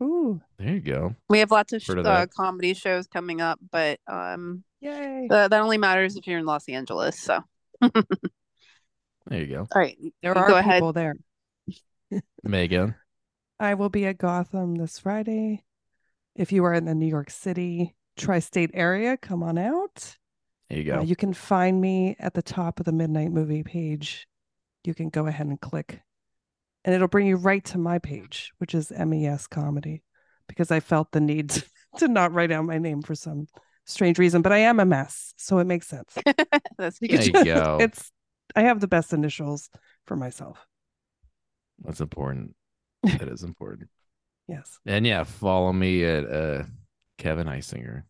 B: Ooh.
A: There you go.
C: We have lots of sh-
A: Heard of
C: uh,
A: that.
C: comedy shows coming up, but um,
B: Yay.
C: th- that only matters if you're in Los Angeles. So, all
A: There you go.
C: right,
B: there
C: go
B: are
C: ahead.
B: people there.
A: Megan.
B: I will be at Gotham this Friday. If you are in the New York City tri state area, come on out.
A: There you
B: Uh,
A: go.
B: you can find me at the top of the Midnight Movie page. You can go ahead and click, and it'll bring you right to my page, which is MES Comedy, because I felt the need to, not write out my name for some strange reason, but I am a mess, so it makes sense.
C: That's
B: You
A: There
B: can
C: cute.
A: you go.
B: It's I have the best initials for myself.
A: That's important. That is important.
B: Yes.
A: And yeah, follow me at uh Kevin Isinger,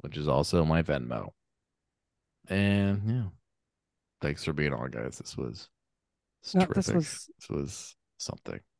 A: which is also my Venmo. And yeah. Thanks for being on, guys. This was it's
B: No, this
A: terrific.
B: was
A: this was something.